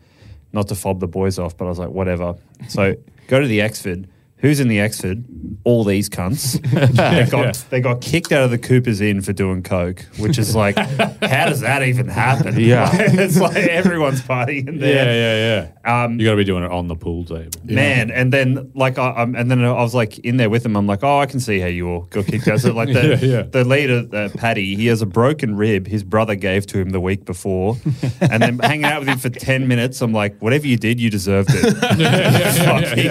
S8: Not to fob the boys off, but I was like, whatever. So go to the Exford. Who's in the Exford? All these cunts. they, got, they got kicked out of the Cooper's Inn for doing coke, which is like, how does that even happen?
S6: Yeah.
S8: it's like everyone's partying
S3: Yeah,
S8: there.
S3: yeah, yeah.
S8: Um,
S3: you got to be doing it on the pool table.
S8: Man, and then like I, um, and then I was like in there with him. I'm like, oh, I can see how you all got kicked out. So like the
S3: Yeah, yeah.
S8: the leader, uh, Paddy, he has a broken rib his brother gave to him the week before, and then hanging out with him for ten minutes. I'm like, whatever you did, you deserved it. Fuck, he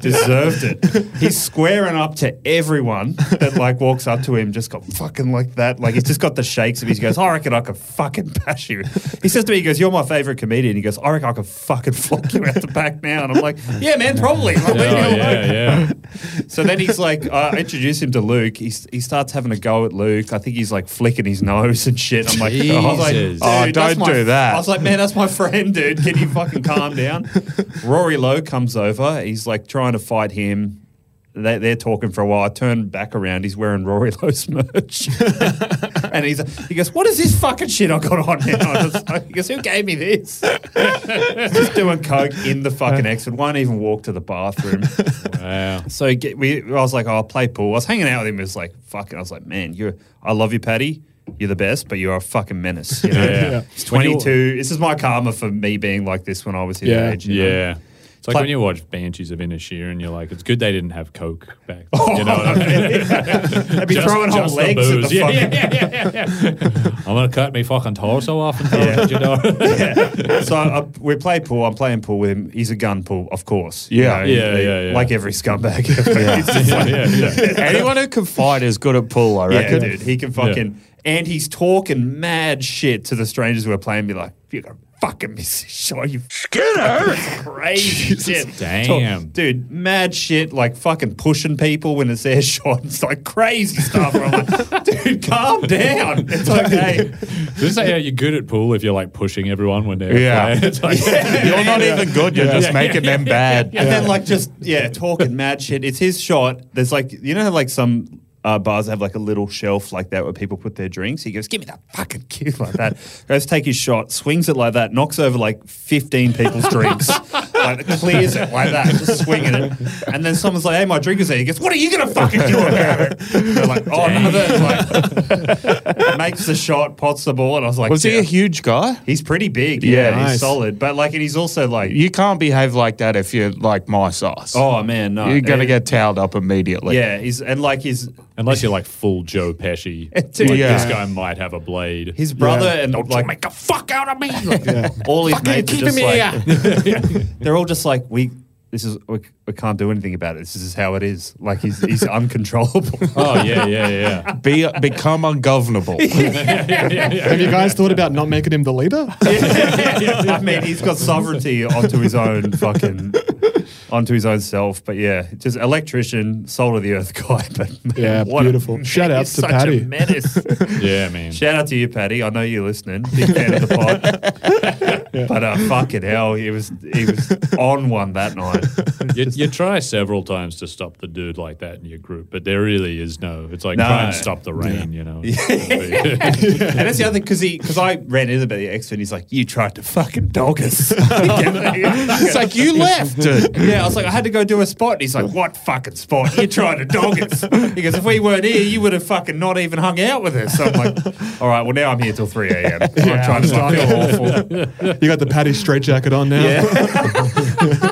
S8: deserved it. He's squaring up to everyone that like walks up to him, just got fucking like that. Like he's just got the shakes of his. He goes, I reckon I could fucking bash you. He says to me, he goes, You're my favorite comedian. He goes, I reckon I could fucking flog you out the back now. And I'm like, Yeah, man, probably. Like,
S3: Oh,
S8: leave me alone."
S3: yeah, yeah.
S8: So then he's like, uh, I introduce him to Luke. He, he starts having a go at Luke. I think he's like flicking his nose and shit. I'm like, I was like,
S3: Jesus.
S6: Oh,
S8: "Dude, that's
S6: don't
S8: my-
S6: do that."
S8: I was like, man, that's my friend, dude. Can you fucking calm down? Rory Lowe comes over. He's like trying to fight him. They, they're talking for a while. I turn back around. He's wearing Rory Lowe's merch. and he's, he goes, What is this fucking shit I got on now? And I was like, he goes, Who gave me this? Just doing coke in the
S6: Uh.
S8: fucking exit. Won't even walk to the bathroom.
S3: Wow.
S8: So he get, we, I was like, oh, I'll play pool. I was hanging out with him. It was like, fucking, I was like, man, you, are I love you, Patty. You're the best, but you are a fucking menace. You know?
S3: Yeah. Yeah.
S8: It's 22. This is my karma for me being like this when I was his
S7: Yeah.
S8: age. you know?
S3: Yeah. It's like
S8: Pla-
S3: when you watch Banshees of Inisherin, and you're like, it's good they didn't have Coke back then. You know what I mean?
S8: They'd be throwing whole
S3: just the
S8: legs at
S3: booze.
S8: the
S3: Yeah,
S8: fucking.
S3: yeah, I'm going to cut me fucking torso off and throw it at your door.
S8: so I, we play pool. I'm playing pool with him. He's a gun pool, of course.
S6: Yeah.
S3: Yeah, yeah, yeah.
S8: Like every scumbag. He's just
S3: yeah,
S8: like-
S3: yeah, yeah.
S6: Anyone who can fight is good at pool, I
S8: Yeah,
S6: reckon.
S8: dude, he can fucking and he's talking mad shit to the strangers who are playing. Be like, you're gonna fucking miss this shot, you Skinner. Crazy shit,
S3: Damn.
S8: Talk- dude, mad shit, like fucking pushing people when it's their shot. It's like crazy stuff. And I'm like, dude, calm down. It's okay.
S3: Just say yeah, you're good at pool if you're like pushing everyone when they're
S6: Yeah.
S3: playing. It's like,
S6: You're not even good, you're
S3: Yeah.
S6: just
S3: Yeah.
S6: making them bad.
S8: And then like just yeah, talking mad shit. It's his shot. There's like you know how, like some uh, bars have like a little shelf like that where people put their drinks. He goes, "Give me that fucking cue like that." goes take his shot, swings it like that, knocks over like 15 people's drinks, like clears it like that, just swinging it. And then someone's like, "Hey, my drink is there." He goes, "What are you gonna fucking do about it?" They're like, "Oh, another." Like, makes the shot, pots the ball, and I was like,
S6: Was he
S8: "Yeah."
S6: a huge guy?
S8: He's pretty big.
S6: Yeah.
S8: Yeah,
S6: Nice.
S8: he's solid, but like, and he's also like.
S6: You can't behave like that if you're like my size.
S8: Oh man, no!
S6: you're going to get
S8: And-
S6: towed up immediately.
S8: Yeah, he's and like his
S3: unless you're like full Joe Pesci,
S8: Dude,
S3: like,
S6: yeah.
S3: this guy might have a blade.
S8: his brother
S7: Yeah.
S8: and like make a fuck out of me. Like, All his mates are just like they're all just like we. This is we, we can't do anything about it. This is how it is. Like he's he's uncontrollable.
S3: oh yeah, yeah, yeah.
S6: Be, become ungovernable.
S7: Have you guys thought about not making him the leader?
S8: I mean, he's got sovereignty onto his own fucking onto his own self. But yeah, just electrician, soul of the earth guy. But
S7: Yeah,
S8: what
S7: beautiful. Shout out
S8: he's
S7: to
S8: such
S7: Paddy.
S8: A menace.
S3: Yeah, man.
S8: Shout out to you, Patty. I know you're listening. Big fan of the pod. But uh, fucking hell, he was he was on one that night.
S3: You, you try several times to stop the dude like that in your group, but there really is no. It's like
S8: No.
S3: try and stop the rain, you know. Yeah.
S8: And that's the other because he because I ran into the X and he's like, "You tried to fucking dog us." it's
S6: it's like you left, dude.
S8: Yeah, I was like, I had to go do a spot. And he's like, what fucking spot? You trying to dog us? He goes, if we weren't here, you would have fucking not even hung out with us. So I'm like, all right, well now I'm here till three a.m. I'm trying to not feel awful.
S7: You got the Paddy straitjacket on now.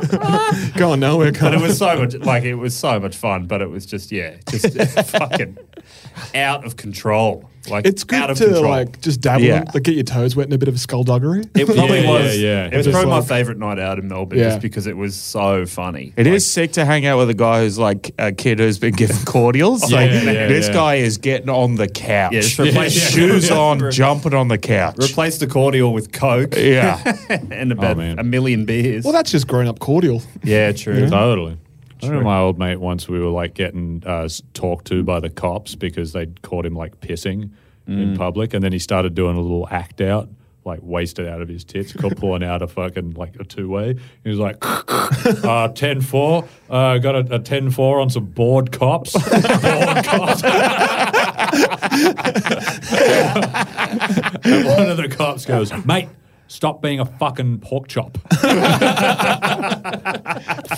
S8: Yeah.
S7: Going nowhere.
S8: But
S7: Kind
S8: it was so much like it was so much fun, but it was just yeah, just fucking out of control.
S3: Like
S7: It's good
S3: out of
S7: to
S3: control.
S7: like just dabble,
S6: Yeah.
S7: in, like get your toes wet in a bit of skullduggery.
S8: It probably
S3: yeah,
S8: was.
S3: yeah.
S8: It was
S7: Just
S8: probably
S7: like-
S8: my favorite night out in Melbourne
S7: Yeah.
S8: just because it was so funny.
S6: It is sick to hang out with a guy who's like a kid who's been given cordials. like,
S3: yeah,
S6: this
S3: yeah.
S6: guy is getting on the couch.
S8: Yeah, just replace-
S6: Shoes
S8: Yeah.
S6: on, jumping on the couch.
S8: Replace the cordial with Coke.
S6: yeah. Oh,
S8: and about
S3: man.
S8: a million beers.
S7: Well, that's just grown up cordial.
S8: yeah, true.
S3: Totally. I remember my old mate once we were like getting uh, s- talked to by the cops because they'd caught him like pissing in public, and then he started doing a little act out, like wasted out of his tits, called pulling out a fucking like a two way. He was like, uh, 10 4, uh, got a, a 10 4 on some bored cops. bored cops. and one of the cops goes, mate, stop being a fucking pork chop.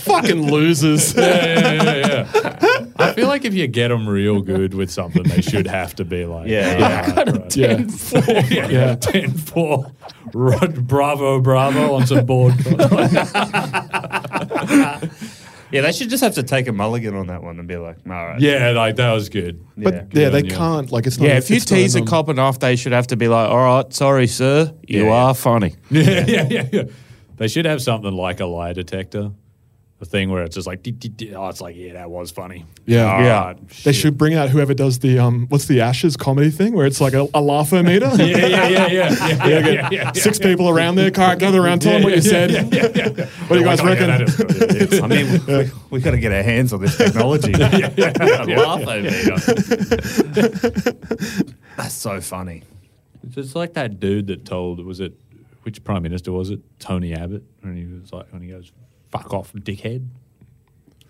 S7: Fucking losers.
S3: yeah, yeah, yeah, yeah. I feel like if you get them real good with something, they should have to be like,
S8: Yeah, yeah.
S3: yeah, right.
S7: Yeah.
S3: 10 4. yeah, 10 4. Rod, bravo, bravo on some board.
S8: Yeah, they should just have to take a mulligan on that one and be like, all right.
S3: yeah, like that was good.
S7: But
S8: Yeah.
S7: yeah, they
S3: on you.
S7: can't. Like it's not.
S6: Yeah, if you
S7: it's not
S6: tease a
S7: um,
S6: cop enough, they should have to be like, all right, sorry, sir, you
S8: Yeah.
S6: are funny.
S3: Yeah, yeah, yeah, yeah. They should have something like a lie detector. A thing where it's just like, "Dee, dee, dee." oh, it's like, yeah, that was funny.
S7: Yeah.
S3: Ah,
S6: Yeah.
S7: They
S3: shit.
S7: should bring out whoever does the um, what's the Ashes comedy thing where it's like a, a laugher meter.
S3: Yeah, yeah, yeah, yeah, yeah, yeah, yeah, yeah.
S7: Six people around there, car gather around, tell
S3: Yeah,
S7: them what
S3: yeah,
S7: you
S3: yeah,
S7: said.
S3: yeah, yeah, yeah.
S7: What do you
S3: Oh my
S7: guys
S3: God, yeah,
S7: reckon?
S3: that is good. Yeah, yeah.
S8: I mean, we, we got to get our hands on this technology. yeah, Laugh over it. That's so funny.
S3: It's like that dude that told was it which prime minister was it Tony Abbott when he was like when he goes fuck off dickhead.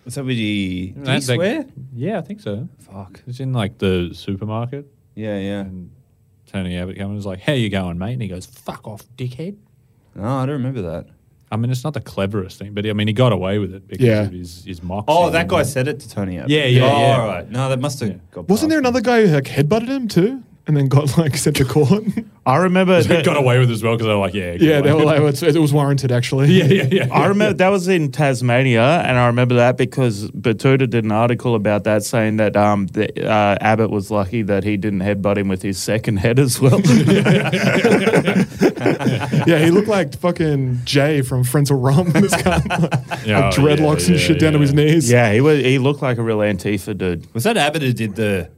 S8: Somebody, did he
S3: That- that-
S8: swear?
S3: yeah, I think so.
S8: Fuck.
S3: It's in like the supermarket.
S8: Yeah, yeah.
S3: Tony Abbott comes and is like, "How you going, mate?" And he goes, "Fuck off, dickhead."
S8: No, I don't remember that.
S3: I mean, it's not the cleverest thing, but I mean, he got away with it because
S7: Yeah.
S3: of his his moxie.
S8: Oh, that guy said it to Tony Abbott.
S3: Yeah, yeah,
S8: Oh,
S3: yeah.
S8: all right. No, that must have got
S7: Wasn't there
S8: past
S7: another guy who like headbutted him too, and then got like sent to court?
S6: I remember
S3: He
S6: that,
S3: got away with it as well because they're like, "Yeah,
S7: yeah, they
S3: got
S7: were
S3: away
S7: like, "Well, it's, it was warranted actually.
S3: with it." yeah, yeah, yeah."
S6: I remember that was in Tasmania, and I remember that because Batuta did an article about that saying that um, the, uh, Abbott was lucky that he didn't headbutt him with his second head as well.
S7: yeah. He looked like fucking Jay from Friends of Rum. This guy,
S3: Yeah,
S7: like
S3: oh, yeah,
S7: dreadlocks and
S3: yeah,
S7: shit down to
S3: yeah.
S7: his knees.
S6: yeah, he was, he looked like a real Antifa dude.
S8: Was that Abbott who did the.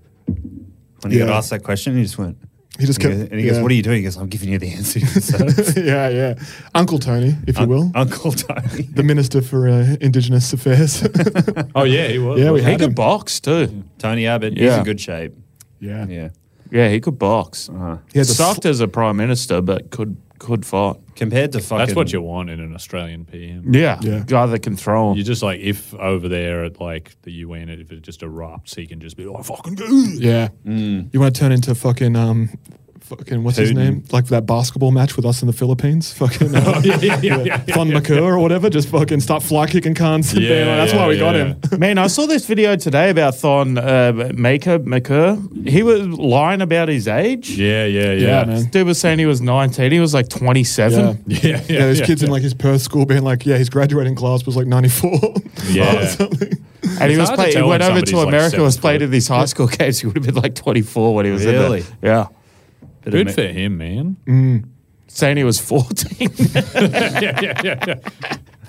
S8: When he got
S7: Yeah.
S8: asked that question, he just went.
S7: He just
S8: and
S7: kept-
S8: goes- and he goes,
S7: yeah.
S8: What are you doing? He goes, I'm giving you the answer. yourself."
S7: yeah, yeah. Uncle Tony, if you will,
S8: Uncle Tony.
S7: the minister for uh, Indigenous Affairs.
S3: oh yeah, he was.
S7: Yeah, we
S3: wasn't
S6: He
S7: had
S6: could
S7: him.
S6: box too.
S8: Tony Abbott. He's
S6: Yeah.
S8: in good shape.
S7: yeah,
S8: Yeah.
S6: Yeah, he could box.
S7: Uh-huh. He has a
S6: Sucked as a prime minister, but could could fight.
S8: Compared to
S3: he?
S8: fucking.
S3: That's what you want in an Australian PM.
S6: Yeah,
S7: Yeah.
S6: guy that can throw him.
S3: You just like if over there at like the UN, if it just erupts, he can just be like, "Fucking good."
S7: Yeah. You want to turn into fucking um, fucking what's his
S8: Putin.
S7: name? Like that basketball match with us in the Philippines. Fucking uh,
S3: yeah, yeah, yeah, yeah, yeah,
S7: Thon Makur or whatever. Just fucking start fly kicking cons. Yeah, that's why we got
S3: yeah.
S7: him.
S6: Man, I saw this video today about Thon uh, Maker McCur. He was lying about his age.
S3: Yeah, yeah,
S7: Yeah,
S3: yeah. Yeah,
S7: man.
S6: This dude was saying he was 19. He was like 27.
S7: Yeah.
S3: yeah,
S7: Yeah, there's kids in like his Perth school being like, yeah, his graduating class was like 94.
S3: Yeah.
S7: Or something.
S6: And he
S3: It's
S6: was
S3: hard to
S6: playing, he
S3: tell
S6: went
S3: when
S6: over to
S3: somebody's, like,
S6: America, was
S3: seven
S6: played
S3: foot.
S6: at these high school games. He would have been like 24 when he was
S8: Really?
S6: in there. Yeah.
S8: Bit of
S3: Good
S8: ma-
S3: for him, man.
S6: Saying he was 14.
S3: yeah, yeah, yeah, yeah.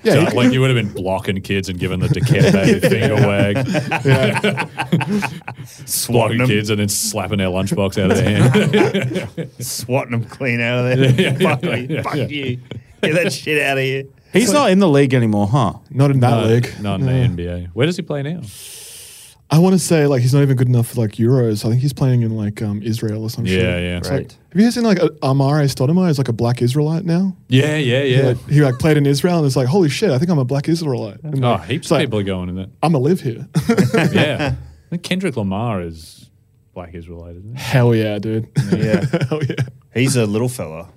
S7: Yeah,
S3: So,
S7: he-
S3: like you would have been blocking kids and giving the decapitated finger wag, blocking
S8: swatting them,
S3: kids and then slapping their lunchbox out of their hand.
S8: swatting them clean out of there.
S3: Yeah, yeah,
S8: fuck you,
S3: yeah,
S8: fuck
S3: yeah.
S8: you. Get that shit out of here.
S6: He's not in the league anymore, huh?
S7: Not in that league.
S3: Not in the NBA. Where does he play now?
S7: I want to say like he's not even good enough for like Euros. I think he's playing in like um, Israel or some shit.
S3: Yeah, yeah.
S7: It's like, have you guys seen like a- Amare Stoudemire is like a black Israelite now?
S3: Yeah, yeah, yeah.
S7: Like, he like played in Israel and it's like, holy shit, I think I'm a black Israelite. And,
S3: Oh,
S7: like,
S3: heaps
S7: it's
S3: of
S7: like,
S3: people are going in that.
S7: I'm gonna live here.
S3: Yeah. I think Kendrick Lamar is black Israelite, isn't he?
S7: Hell yeah, dude.
S8: Yeah.
S7: Hell yeah.
S8: He's a little fella.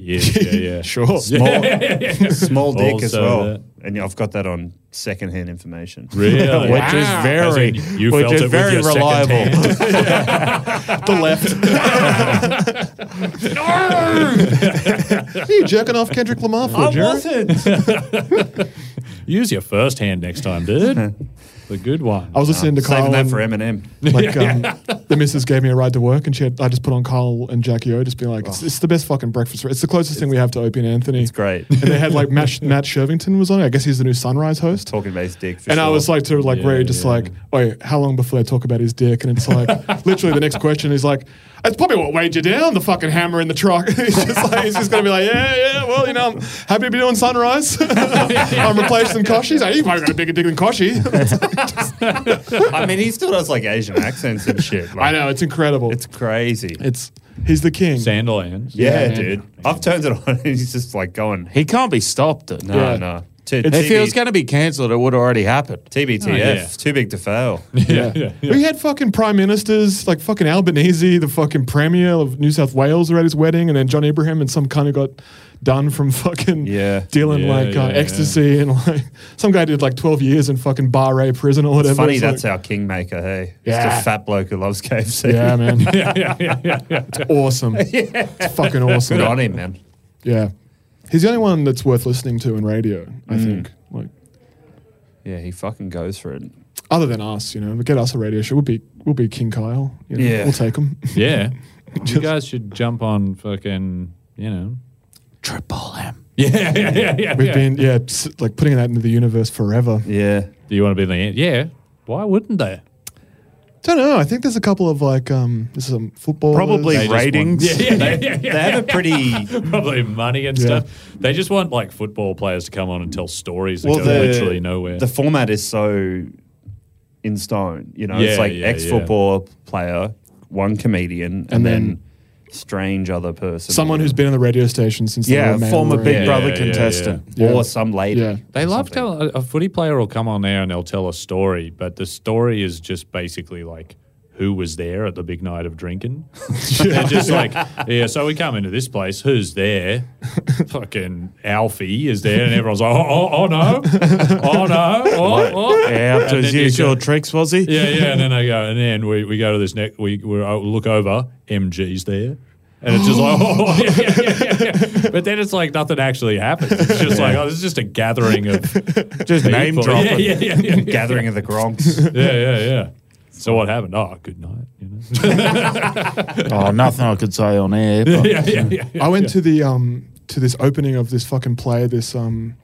S3: Yeah, yeah, yeah.
S7: Sure.
S8: Small, small dick as
S3: Also
S8: well.
S3: that.
S8: And I've got that on secondhand information.
S3: Really?
S6: Which is very,
S3: As in, you
S6: which
S3: felt
S6: is
S3: it with
S6: very
S3: your second
S6: reliable.
S7: The left. Are you jerking off Kendrick Lamar for, Jared?
S8: wasn't.
S3: Use your first hand next time, dude. The good one.
S7: I was listening to Kyle.
S8: Saving that
S7: and-
S8: for Eminem.
S7: Like um, the missus gave me a ride to work, and she had, I just put on Carl and Jackie O, just being like, it's, it's the best fucking breakfast. It's the closest thing we have to Opie and Anthony. It's
S8: great.
S7: And they had like Matt, Matt Shervington was on. it. I guess he's the new Sunrise host.
S8: Talking about his dick. For
S7: and I
S8: sure.
S7: was like to like Ray, just
S3: yeah.
S7: like, wait, how long before they talk about his dick? And it's like, literally the next question is like, it's probably what weighed you down, the fucking hammer in the truck. he's just like, he's just gonna be like, yeah, yeah, well, you know, I'm happy to be doing Sunrise. I'm replacing Koshy. He's like, you might got a bigger dick than Koshy.
S8: I mean, he still does like Asian accents and shit.
S7: I
S8: Like,
S7: know it's incredible.
S8: It's
S7: It's
S8: crazy.
S7: it's he's the king.
S3: Sanderlands.
S8: yeah,
S7: man.
S8: dude. I've turned it on and he's just like going,
S6: He can't be stopped. It.
S8: no,
S7: Yeah.
S8: no. Too,
S6: If it
S8: TB,
S6: was going to be cancelled, it would have already happened.
S8: TBTF,
S3: yeah.
S8: too big to fail.
S3: Yeah. yeah, yeah.
S7: We had fucking prime ministers like fucking Albanese, the fucking premier of New South Wales, were at his wedding, and then John Ibrahim and some kind of got done from fucking
S8: Yeah.
S7: dealing
S3: Yeah,
S7: like
S3: yeah,
S7: uh,
S3: yeah.
S7: ecstasy and like some guy did like twelve years in fucking Bahrain prison or whatever.
S8: It's funny
S7: It's
S8: that's
S7: like,
S8: our kingmaker, hey?
S7: Yeah.
S8: Just a fat bloke who loves KFC.
S7: yeah, man,
S3: yeah, yeah, yeah, yeah, yeah.
S7: awesome, it's fucking awesome.
S8: Good on him, man.
S7: Yeah, he's the only one that's worth listening to in radio, I
S3: Mm.
S7: think. Like
S8: Yeah, he fucking goes for it.
S7: other than us, you know, but get us a radio show. We'll be we'll be King Kyle. You know,
S8: Yeah.
S7: we'll take him.
S3: Yeah. you guys should jump on fucking, you know.
S6: Triple M.
S3: Yeah, yeah, yeah, yeah.
S7: We've been yeah, s- like putting that into the universe forever.
S8: Yeah.
S3: Do you want to be in the Yeah. Why wouldn't they?
S7: Don't know. I think there's a couple of like um, there's some football.
S6: Probably
S3: They just want-
S6: ratings.
S3: Yeah, yeah, yeah, yeah,
S8: They have a pretty
S3: Probably money and
S7: Yeah.
S3: stuff. They just want like football players to come on and tell stories that
S8: well,
S3: go
S8: the,
S3: literally nowhere.
S8: The format is so in stone. You know,
S3: Yeah,
S8: it's like
S3: yeah,
S8: ex football player, one comedian, and,
S7: And
S8: then,
S7: then-
S8: strange other person.
S7: someone who's been on the radio station since they were
S6: Yeah,
S7: a man
S6: former
S7: or a-
S6: Big
S3: Yeah,
S6: Brother
S3: yeah, yeah,
S6: contestant.
S7: yeah.
S8: or some lady.
S7: Yeah.
S3: They love tell a, a footy player will come on there and they'll tell a story, but the story is just basically like who was there at the big night of drinking. They're just like, yeah, so we come into this place, who's there? Fucking Alfie is there, and everyone's like, oh, oh, oh no, oh no, oh, oh.
S6: Yeah, up to
S3: And
S6: his
S3: then you
S6: usual
S3: go-
S6: tricks, was he?
S3: yeah, yeah, and then I go, and then we, we go to this next, we we I look over, MG's there. And it's just like, oh, yeah, yeah, yeah, yeah, yeah. But then it's like nothing actually happens. It's just like, oh, this is just a gathering of
S6: Just name
S3: people.
S6: dropping.
S3: Yeah, yeah, yeah, yeah.
S8: Gathering of the Gronks.
S3: yeah, yeah, yeah. So what happened? Oh, good night. You know.
S6: Oh, nothing I could say on air. But
S3: yeah, yeah, yeah, yeah.
S7: I went to the um to this opening of this fucking play. This um,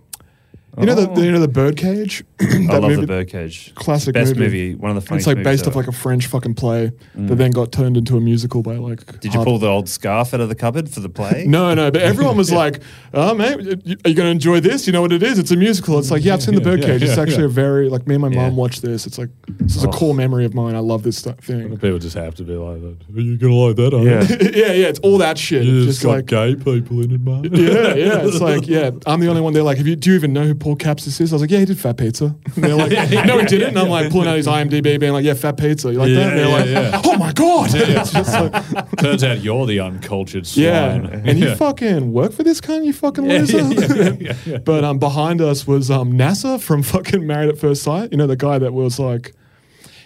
S7: you know the, the you know the birdcage. that
S8: Oh. I love
S7: movie-
S8: the Birdcage.
S7: Classic
S8: Best
S7: movie.
S8: movie. One of the
S7: It's
S8: funniest
S7: like
S8: movies
S7: based off
S8: ever.
S7: like a French fucking play that then got turned into a musical by like.
S8: Mm. Did you
S3: Oh.
S7: Harvey-
S8: pull the old scarf out of the cupboard for the play?
S7: No, no, but everyone was like, "Oh, mate, y- y- are you going to enjoy this? You know what it is? It's a musical." It's like, yeah, I've seen the Birdcage. it's actually a very like me and my mom watched this. It's like this
S3: Oh.
S7: is a core memory of mine. I love this stuff, thing.
S3: People just have to be like, "Are you gonna like that?" aren't
S6: Yeah.
S3: you?
S7: yeah, yeah, it's all that shit.
S3: It's
S7: just
S3: got
S7: like
S3: gay people in it, man.
S7: yeah, yeah. It's like, yeah, I'm the only one. They're like, Have you, do you even know who Paul Capsis is? I was like, yeah, he did Fat Pizza. And they're like, no, he didn't. And I'm like, pulling out his IMDb, being like, yeah, Fat Pizza. You like
S3: Yeah,
S7: that? And they're like,
S3: yeah, yeah.
S7: oh my God. It's just like,
S3: Turns out you're the uncultured swine.
S7: yeah. And you
S3: Yeah.
S7: fucking work for this cunt, you fucking
S3: Yeah,
S7: loser.
S3: yeah, yeah, yeah, yeah.
S7: but um, behind us was um, NASA from fucking Married at First Sight. You know, the guy that was like,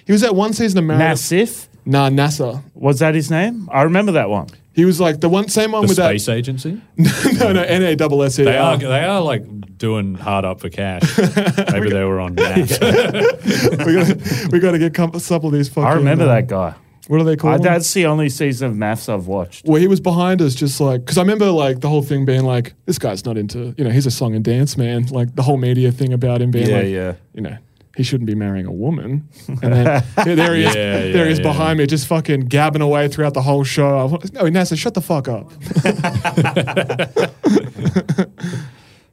S7: he was that one season of Married. at-
S6: Nassif,
S7: nah, NASA.
S6: was that his name? I remember that one.
S7: He was like the one, same one
S3: The
S7: with
S3: space agency.
S7: that. no, no, N A double S E.
S3: They are they are like doing hard up for cash. Maybe they were on that.
S7: we gotta, we gotta get com- a couple of these fucking.
S6: I remember
S7: um,
S6: that guy.
S7: What are they
S6: I,
S7: called?
S6: that's the only season of maths I've watched.
S7: well, he was behind us, just like because I remember like the whole thing being like, this guy's not into, you know, he's a song and dance man. Like the whole media thing about him being
S8: Yeah,
S7: like,
S8: yeah.
S7: you know, he shouldn't be marrying a woman. And then yeah, there he is,
S3: Yeah, yeah,
S7: there he is
S3: yeah.
S7: behind me, just fucking gabbing away throughout the whole show. I was, no, NASA, shut the fuck up.
S3: Oh.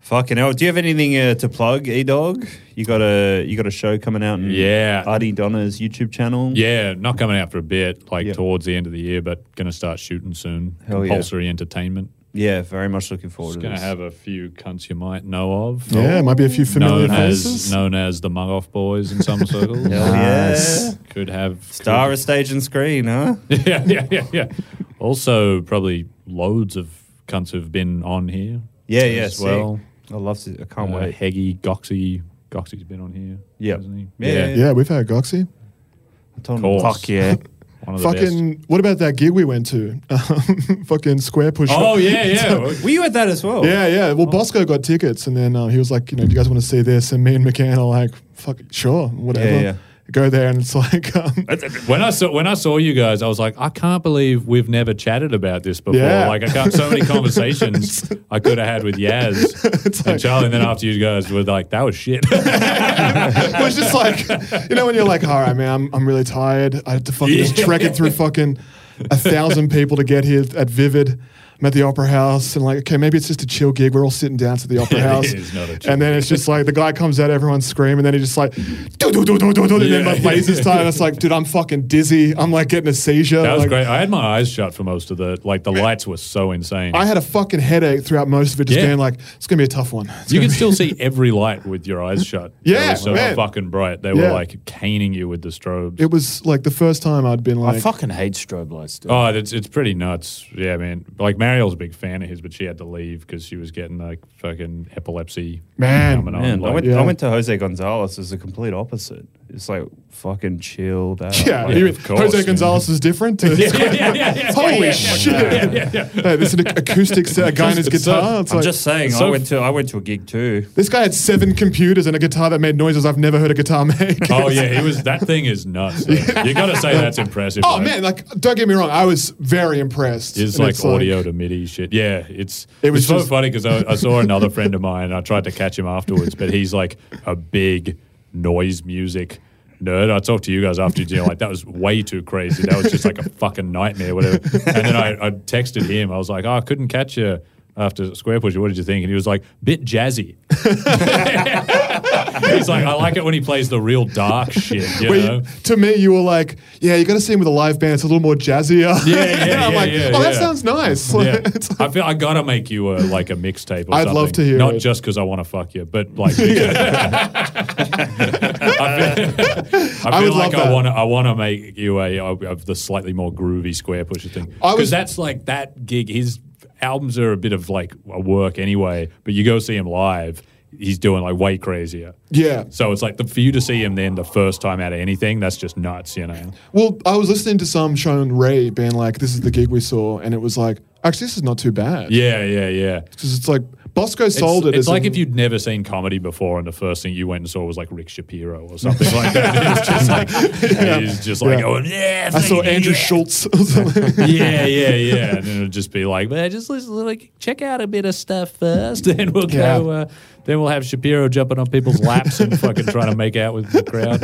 S8: Fucking hell. Do you have anything uh, to plug, E Dog? You got a you got a show coming out in
S3: Yeah.
S8: Artie Donna's YouTube channel.
S3: yeah, not coming out for a bit, like
S8: Yeah.
S3: towards the end of the year, but gonna start shooting soon.
S8: Hell yeah.
S3: Compulsory entertainment.
S8: Yeah, very much looking forward
S3: Just
S8: to
S3: gonna
S8: this.
S3: have a few cunts you might know of.
S7: Yeah, it might be a few familiar
S3: known
S7: faces.
S3: as known as the mug off boys in some circles. Uh,
S8: Hell yeah.
S3: Could have
S8: Star
S3: could-
S8: of stage and screen, huh?
S3: yeah, yeah, yeah, yeah. Also, probably loads of cunts have been on here.
S8: Yeah,
S3: as
S8: yeah. sick.
S3: well,
S8: I love to. I can't
S3: uh,
S8: wait.
S3: Heggy, Goxie, Goxie's been on here.
S8: Yeah.
S3: hasn't he?
S8: Yeah, yeah,
S7: Yeah, we've had Goxie.
S8: I told
S3: Cool.
S8: him,
S3: Fuck
S6: Fuck yeah.
S3: One of the
S7: Fucking, what about that gig we went to? Um, fucking Square Push.
S3: Oh yeah, yeah.
S8: Were you at that as well?
S7: Yeah, yeah. Well, Bosco got tickets, and then uh, he was like, you know, do you guys want to see this? And me and McCann are like, fuck, sure, whatever.
S8: Yeah, yeah.
S7: Go there, and it's like, um,
S3: when I saw when I saw you guys, I was like, I can't believe we've never chatted about this before.
S7: Yeah.
S3: Like I can't so many conversations I could have had with Yaz and Charlie. And then after you guys were like, that was shit.
S7: it was just like, you know, when you're like, all right, man, I'm, I'm really tired. I had to fucking just trek it through fucking a thousand people to get here at Vivid. I'm at the Opera House, and like, okay, maybe it's just a chill gig. We're all sitting down to the Opera
S3: It
S7: House,
S3: is not a chill
S7: and then it's just like the guy comes out, everyone's screaming, and then he just like, do do do do do do, and then
S3: Yeah.
S7: my face is tired. And it's like, dude, I'm fucking dizzy. I'm like getting a seizure.
S3: That was
S7: Like,
S3: great. I had my eyes shut for most of the like the lights were so insane.
S7: I had a fucking headache throughout most of it, just
S3: Yeah.
S7: being like, it's gonna be a tough one. It's
S3: you
S7: gonna
S3: could
S7: be-
S3: still see every light with your eyes shut.
S7: Yeah,
S3: They were so
S7: man.
S3: fucking bright. They
S7: Yeah.
S3: were like caning you with the strobes.
S7: It was like the first time I'd been like,
S6: I fucking hate strobe lights. Dude.
S3: Oh, it's it's pretty nuts. Yeah, man. Like Mariel's a big fan of his, but she had to leave because she was getting like fucking epilepsy.
S7: Man.
S3: coming on,
S8: Oh, Man, I
S3: like-
S8: went,
S7: Yeah.
S8: I went to Jose Gonzalez. It's the complete opposite. It's like fucking chilled out.
S7: yeah,
S8: Like,
S7: he-
S3: of course,
S7: Jose
S3: man.
S7: Gonzalez is different. to- Holy shit! Hey, Uh, this is an acoustic set, a guy and his
S3: It's
S7: guitar.
S3: so-
S7: It's
S8: I'm
S7: like,
S8: just saying.
S3: so-
S8: I went to I went to a gig too.
S7: this guy had seven computers and a guitar that made noises I've never heard a guitar make.
S3: Oh yeah, it was. That thing is nuts. You got to say that's impressive.
S7: Oh
S3: right?
S7: man, like don't get me wrong, I was very impressed.
S3: It's
S7: And
S3: like audio to MIDI shit. Yeah, it's
S7: It
S3: it
S7: was
S3: was so
S7: just-
S3: funny because I, I saw another friend of mine. I tried to catch him afterwards, but he's like a big noise music nerd. I talked to you guys after you know, like that was way too crazy. That was just like a fucking nightmare, whatever. And then I, I texted him. I was like, oh, I couldn't catch you after Square Pusher. What did you think? And he was like, bit jazzy. he's like, I like it when he plays the real dark shit. You
S7: Where you-
S3: know?
S7: to me, you were like, "Yeah, you got to see him with a live band. It's a little more jazzier."
S3: Yeah, yeah,
S7: I'm
S3: yeah,
S7: like,
S3: yeah,
S7: "Oh, that
S3: yeah.
S7: sounds nice."
S3: Yeah.
S7: It's like-
S3: I feel I gotta make you a like a mixtape. or
S7: I'd love
S3: something.
S7: to hear
S3: not
S7: it.
S3: just because I want to fuck you, but like I feel, I
S7: would
S3: feel
S7: love
S3: like I
S7: that.
S3: want to I want to make you a of the slightly more groovy square pusher thing
S7: I was-
S3: because that's like that gig. His albums are a bit of like a work anyway, but you go see him live. He's doing like way crazier.
S7: Yeah.
S3: So it's like the, for you to see him then the first time out of anything, that's just nuts, you know?
S7: Well, I was listening to some Sean Ray being like, "This is the gig we saw," and it was like, "Actually, this is not too bad."
S3: Yeah, yeah, yeah.
S7: because it's like Bosco sold
S3: it's,
S7: it.
S3: It's
S7: as
S3: like
S7: in-
S3: if you'd never seen comedy before, and the first thing you went and saw was like Rick Shapiro or something like that. It's just like he's just like
S7: Yeah.
S3: going, yeah.
S7: I saw
S3: fucking
S7: Andrew
S3: yeah."
S7: Schultz. or something.
S3: yeah, yeah, yeah. And then it'd just be like, man, just listen, like check out a bit of stuff first, then we'll
S7: Yeah.
S3: go. Uh, then we'll have Shapiro jumping on people's laps and fucking trying to make out with the crowd.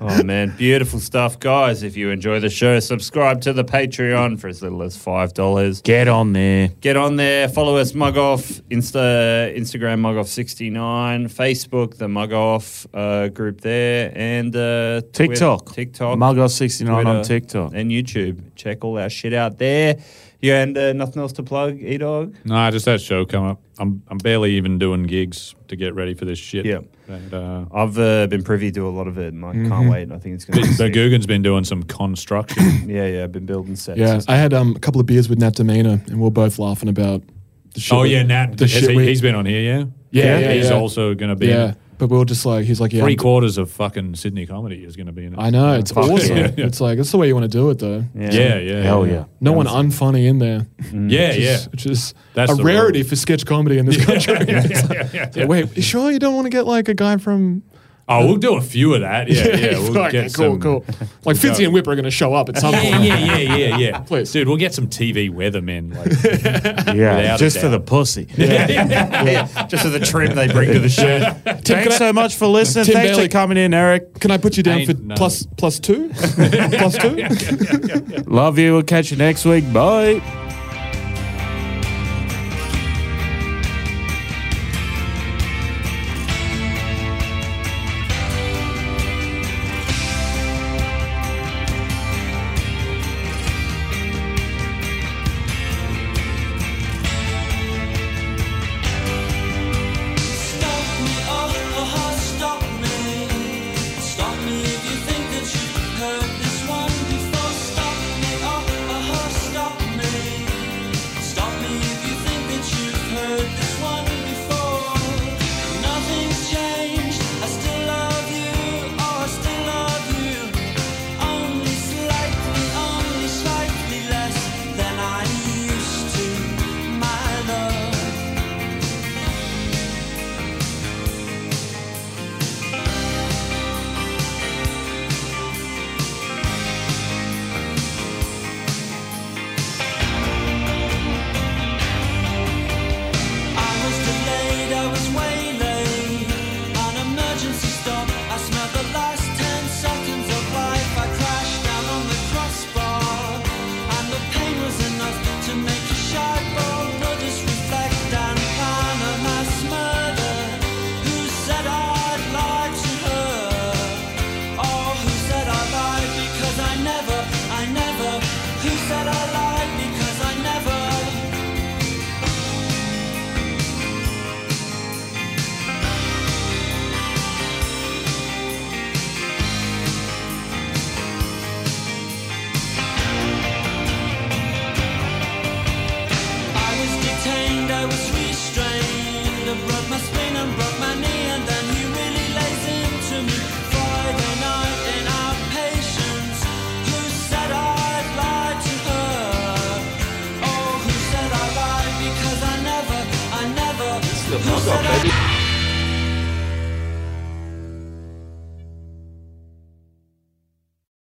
S8: Oh man, beautiful stuff, guys! If you enjoy the show, subscribe to the Patreon for as little as five dollars.
S6: Get on there.
S8: Get on there, follow us, Mug Off Insta, Instagram Mug Off sixty nine, Facebook the Mug Off uh, group there, and uh, Twi-
S6: TikTok.
S8: TikTok,
S6: Mugos69 on
S8: Twitter,
S6: TikTok.
S8: and YouTube. Check all our shit out there. You and uh, nothing else to plug, E Dog.
S3: nah, just that show come up. I'm I'm barely even doing gigs to get ready for this shit.
S8: Yeah.
S3: And, uh,
S8: I've uh, been privy to a lot of it, and I
S6: Mm-hmm.
S8: can't wait. I think it's going to be sick.
S3: but Googan's been doing some construction.
S8: Yeah, yeah, I've been building sets.
S7: yeah, I had um, a couple of beers with Nat Demena, and we are both laughing about the shit.
S3: Oh
S7: we-
S3: yeah, Nat.
S7: the
S3: has
S7: shit
S3: he,
S7: we-
S3: has been on here, yeah.
S7: Yeah, yeah,
S3: he's
S7: yeah.
S3: also going to be.
S7: yeah.
S3: In,
S7: But we were just like, he's like, yeah,
S3: three
S7: I'm-
S3: quarters of fucking Sydney comedy is going to be in it.
S7: I know it's
S8: Fuck
S7: awesome.
S3: yeah.
S7: It's like that's the way you want to do it, though.
S8: Yeah.
S3: Yeah, yeah.
S6: Hell yeah.
S7: No one unfunny in there.
S3: Yeah,
S7: which
S3: yeah.
S7: is, which is
S3: That's
S7: a
S3: the
S7: rarity
S3: rule.
S7: for sketch comedy in this country. It's like, Wait, you sure you don't want to get like a guy from?
S3: Oh, we'll do a few of that. Yeah, yeah. We'll
S7: Fucking
S3: get
S7: cool,
S3: some.
S7: cool. Like Fitzy and Whip are going to show up at some
S3: Yeah,
S7: point.
S3: yeah, yeah, yeah, yeah.
S7: Please.
S3: dude, we'll get some TV weathermen. Like,
S6: Yeah,
S3: Without a
S6: just for
S3: doubt.
S6: the pussy.
S8: yeah. Just for the trim they bring to the show.
S6: Thanks so much for listening.
S7: Tim
S6: Thanks
S7: Bailey-
S6: for coming in, Eric.
S7: Can I put you down
S3: Ain't
S7: for
S3: no-
S7: plus plus two? plus two?
S6: Love you. We'll catch you next week. Bye.
S9: Stop me, oh, oh, stop me.
S3: Oh,
S1: mug off, baby.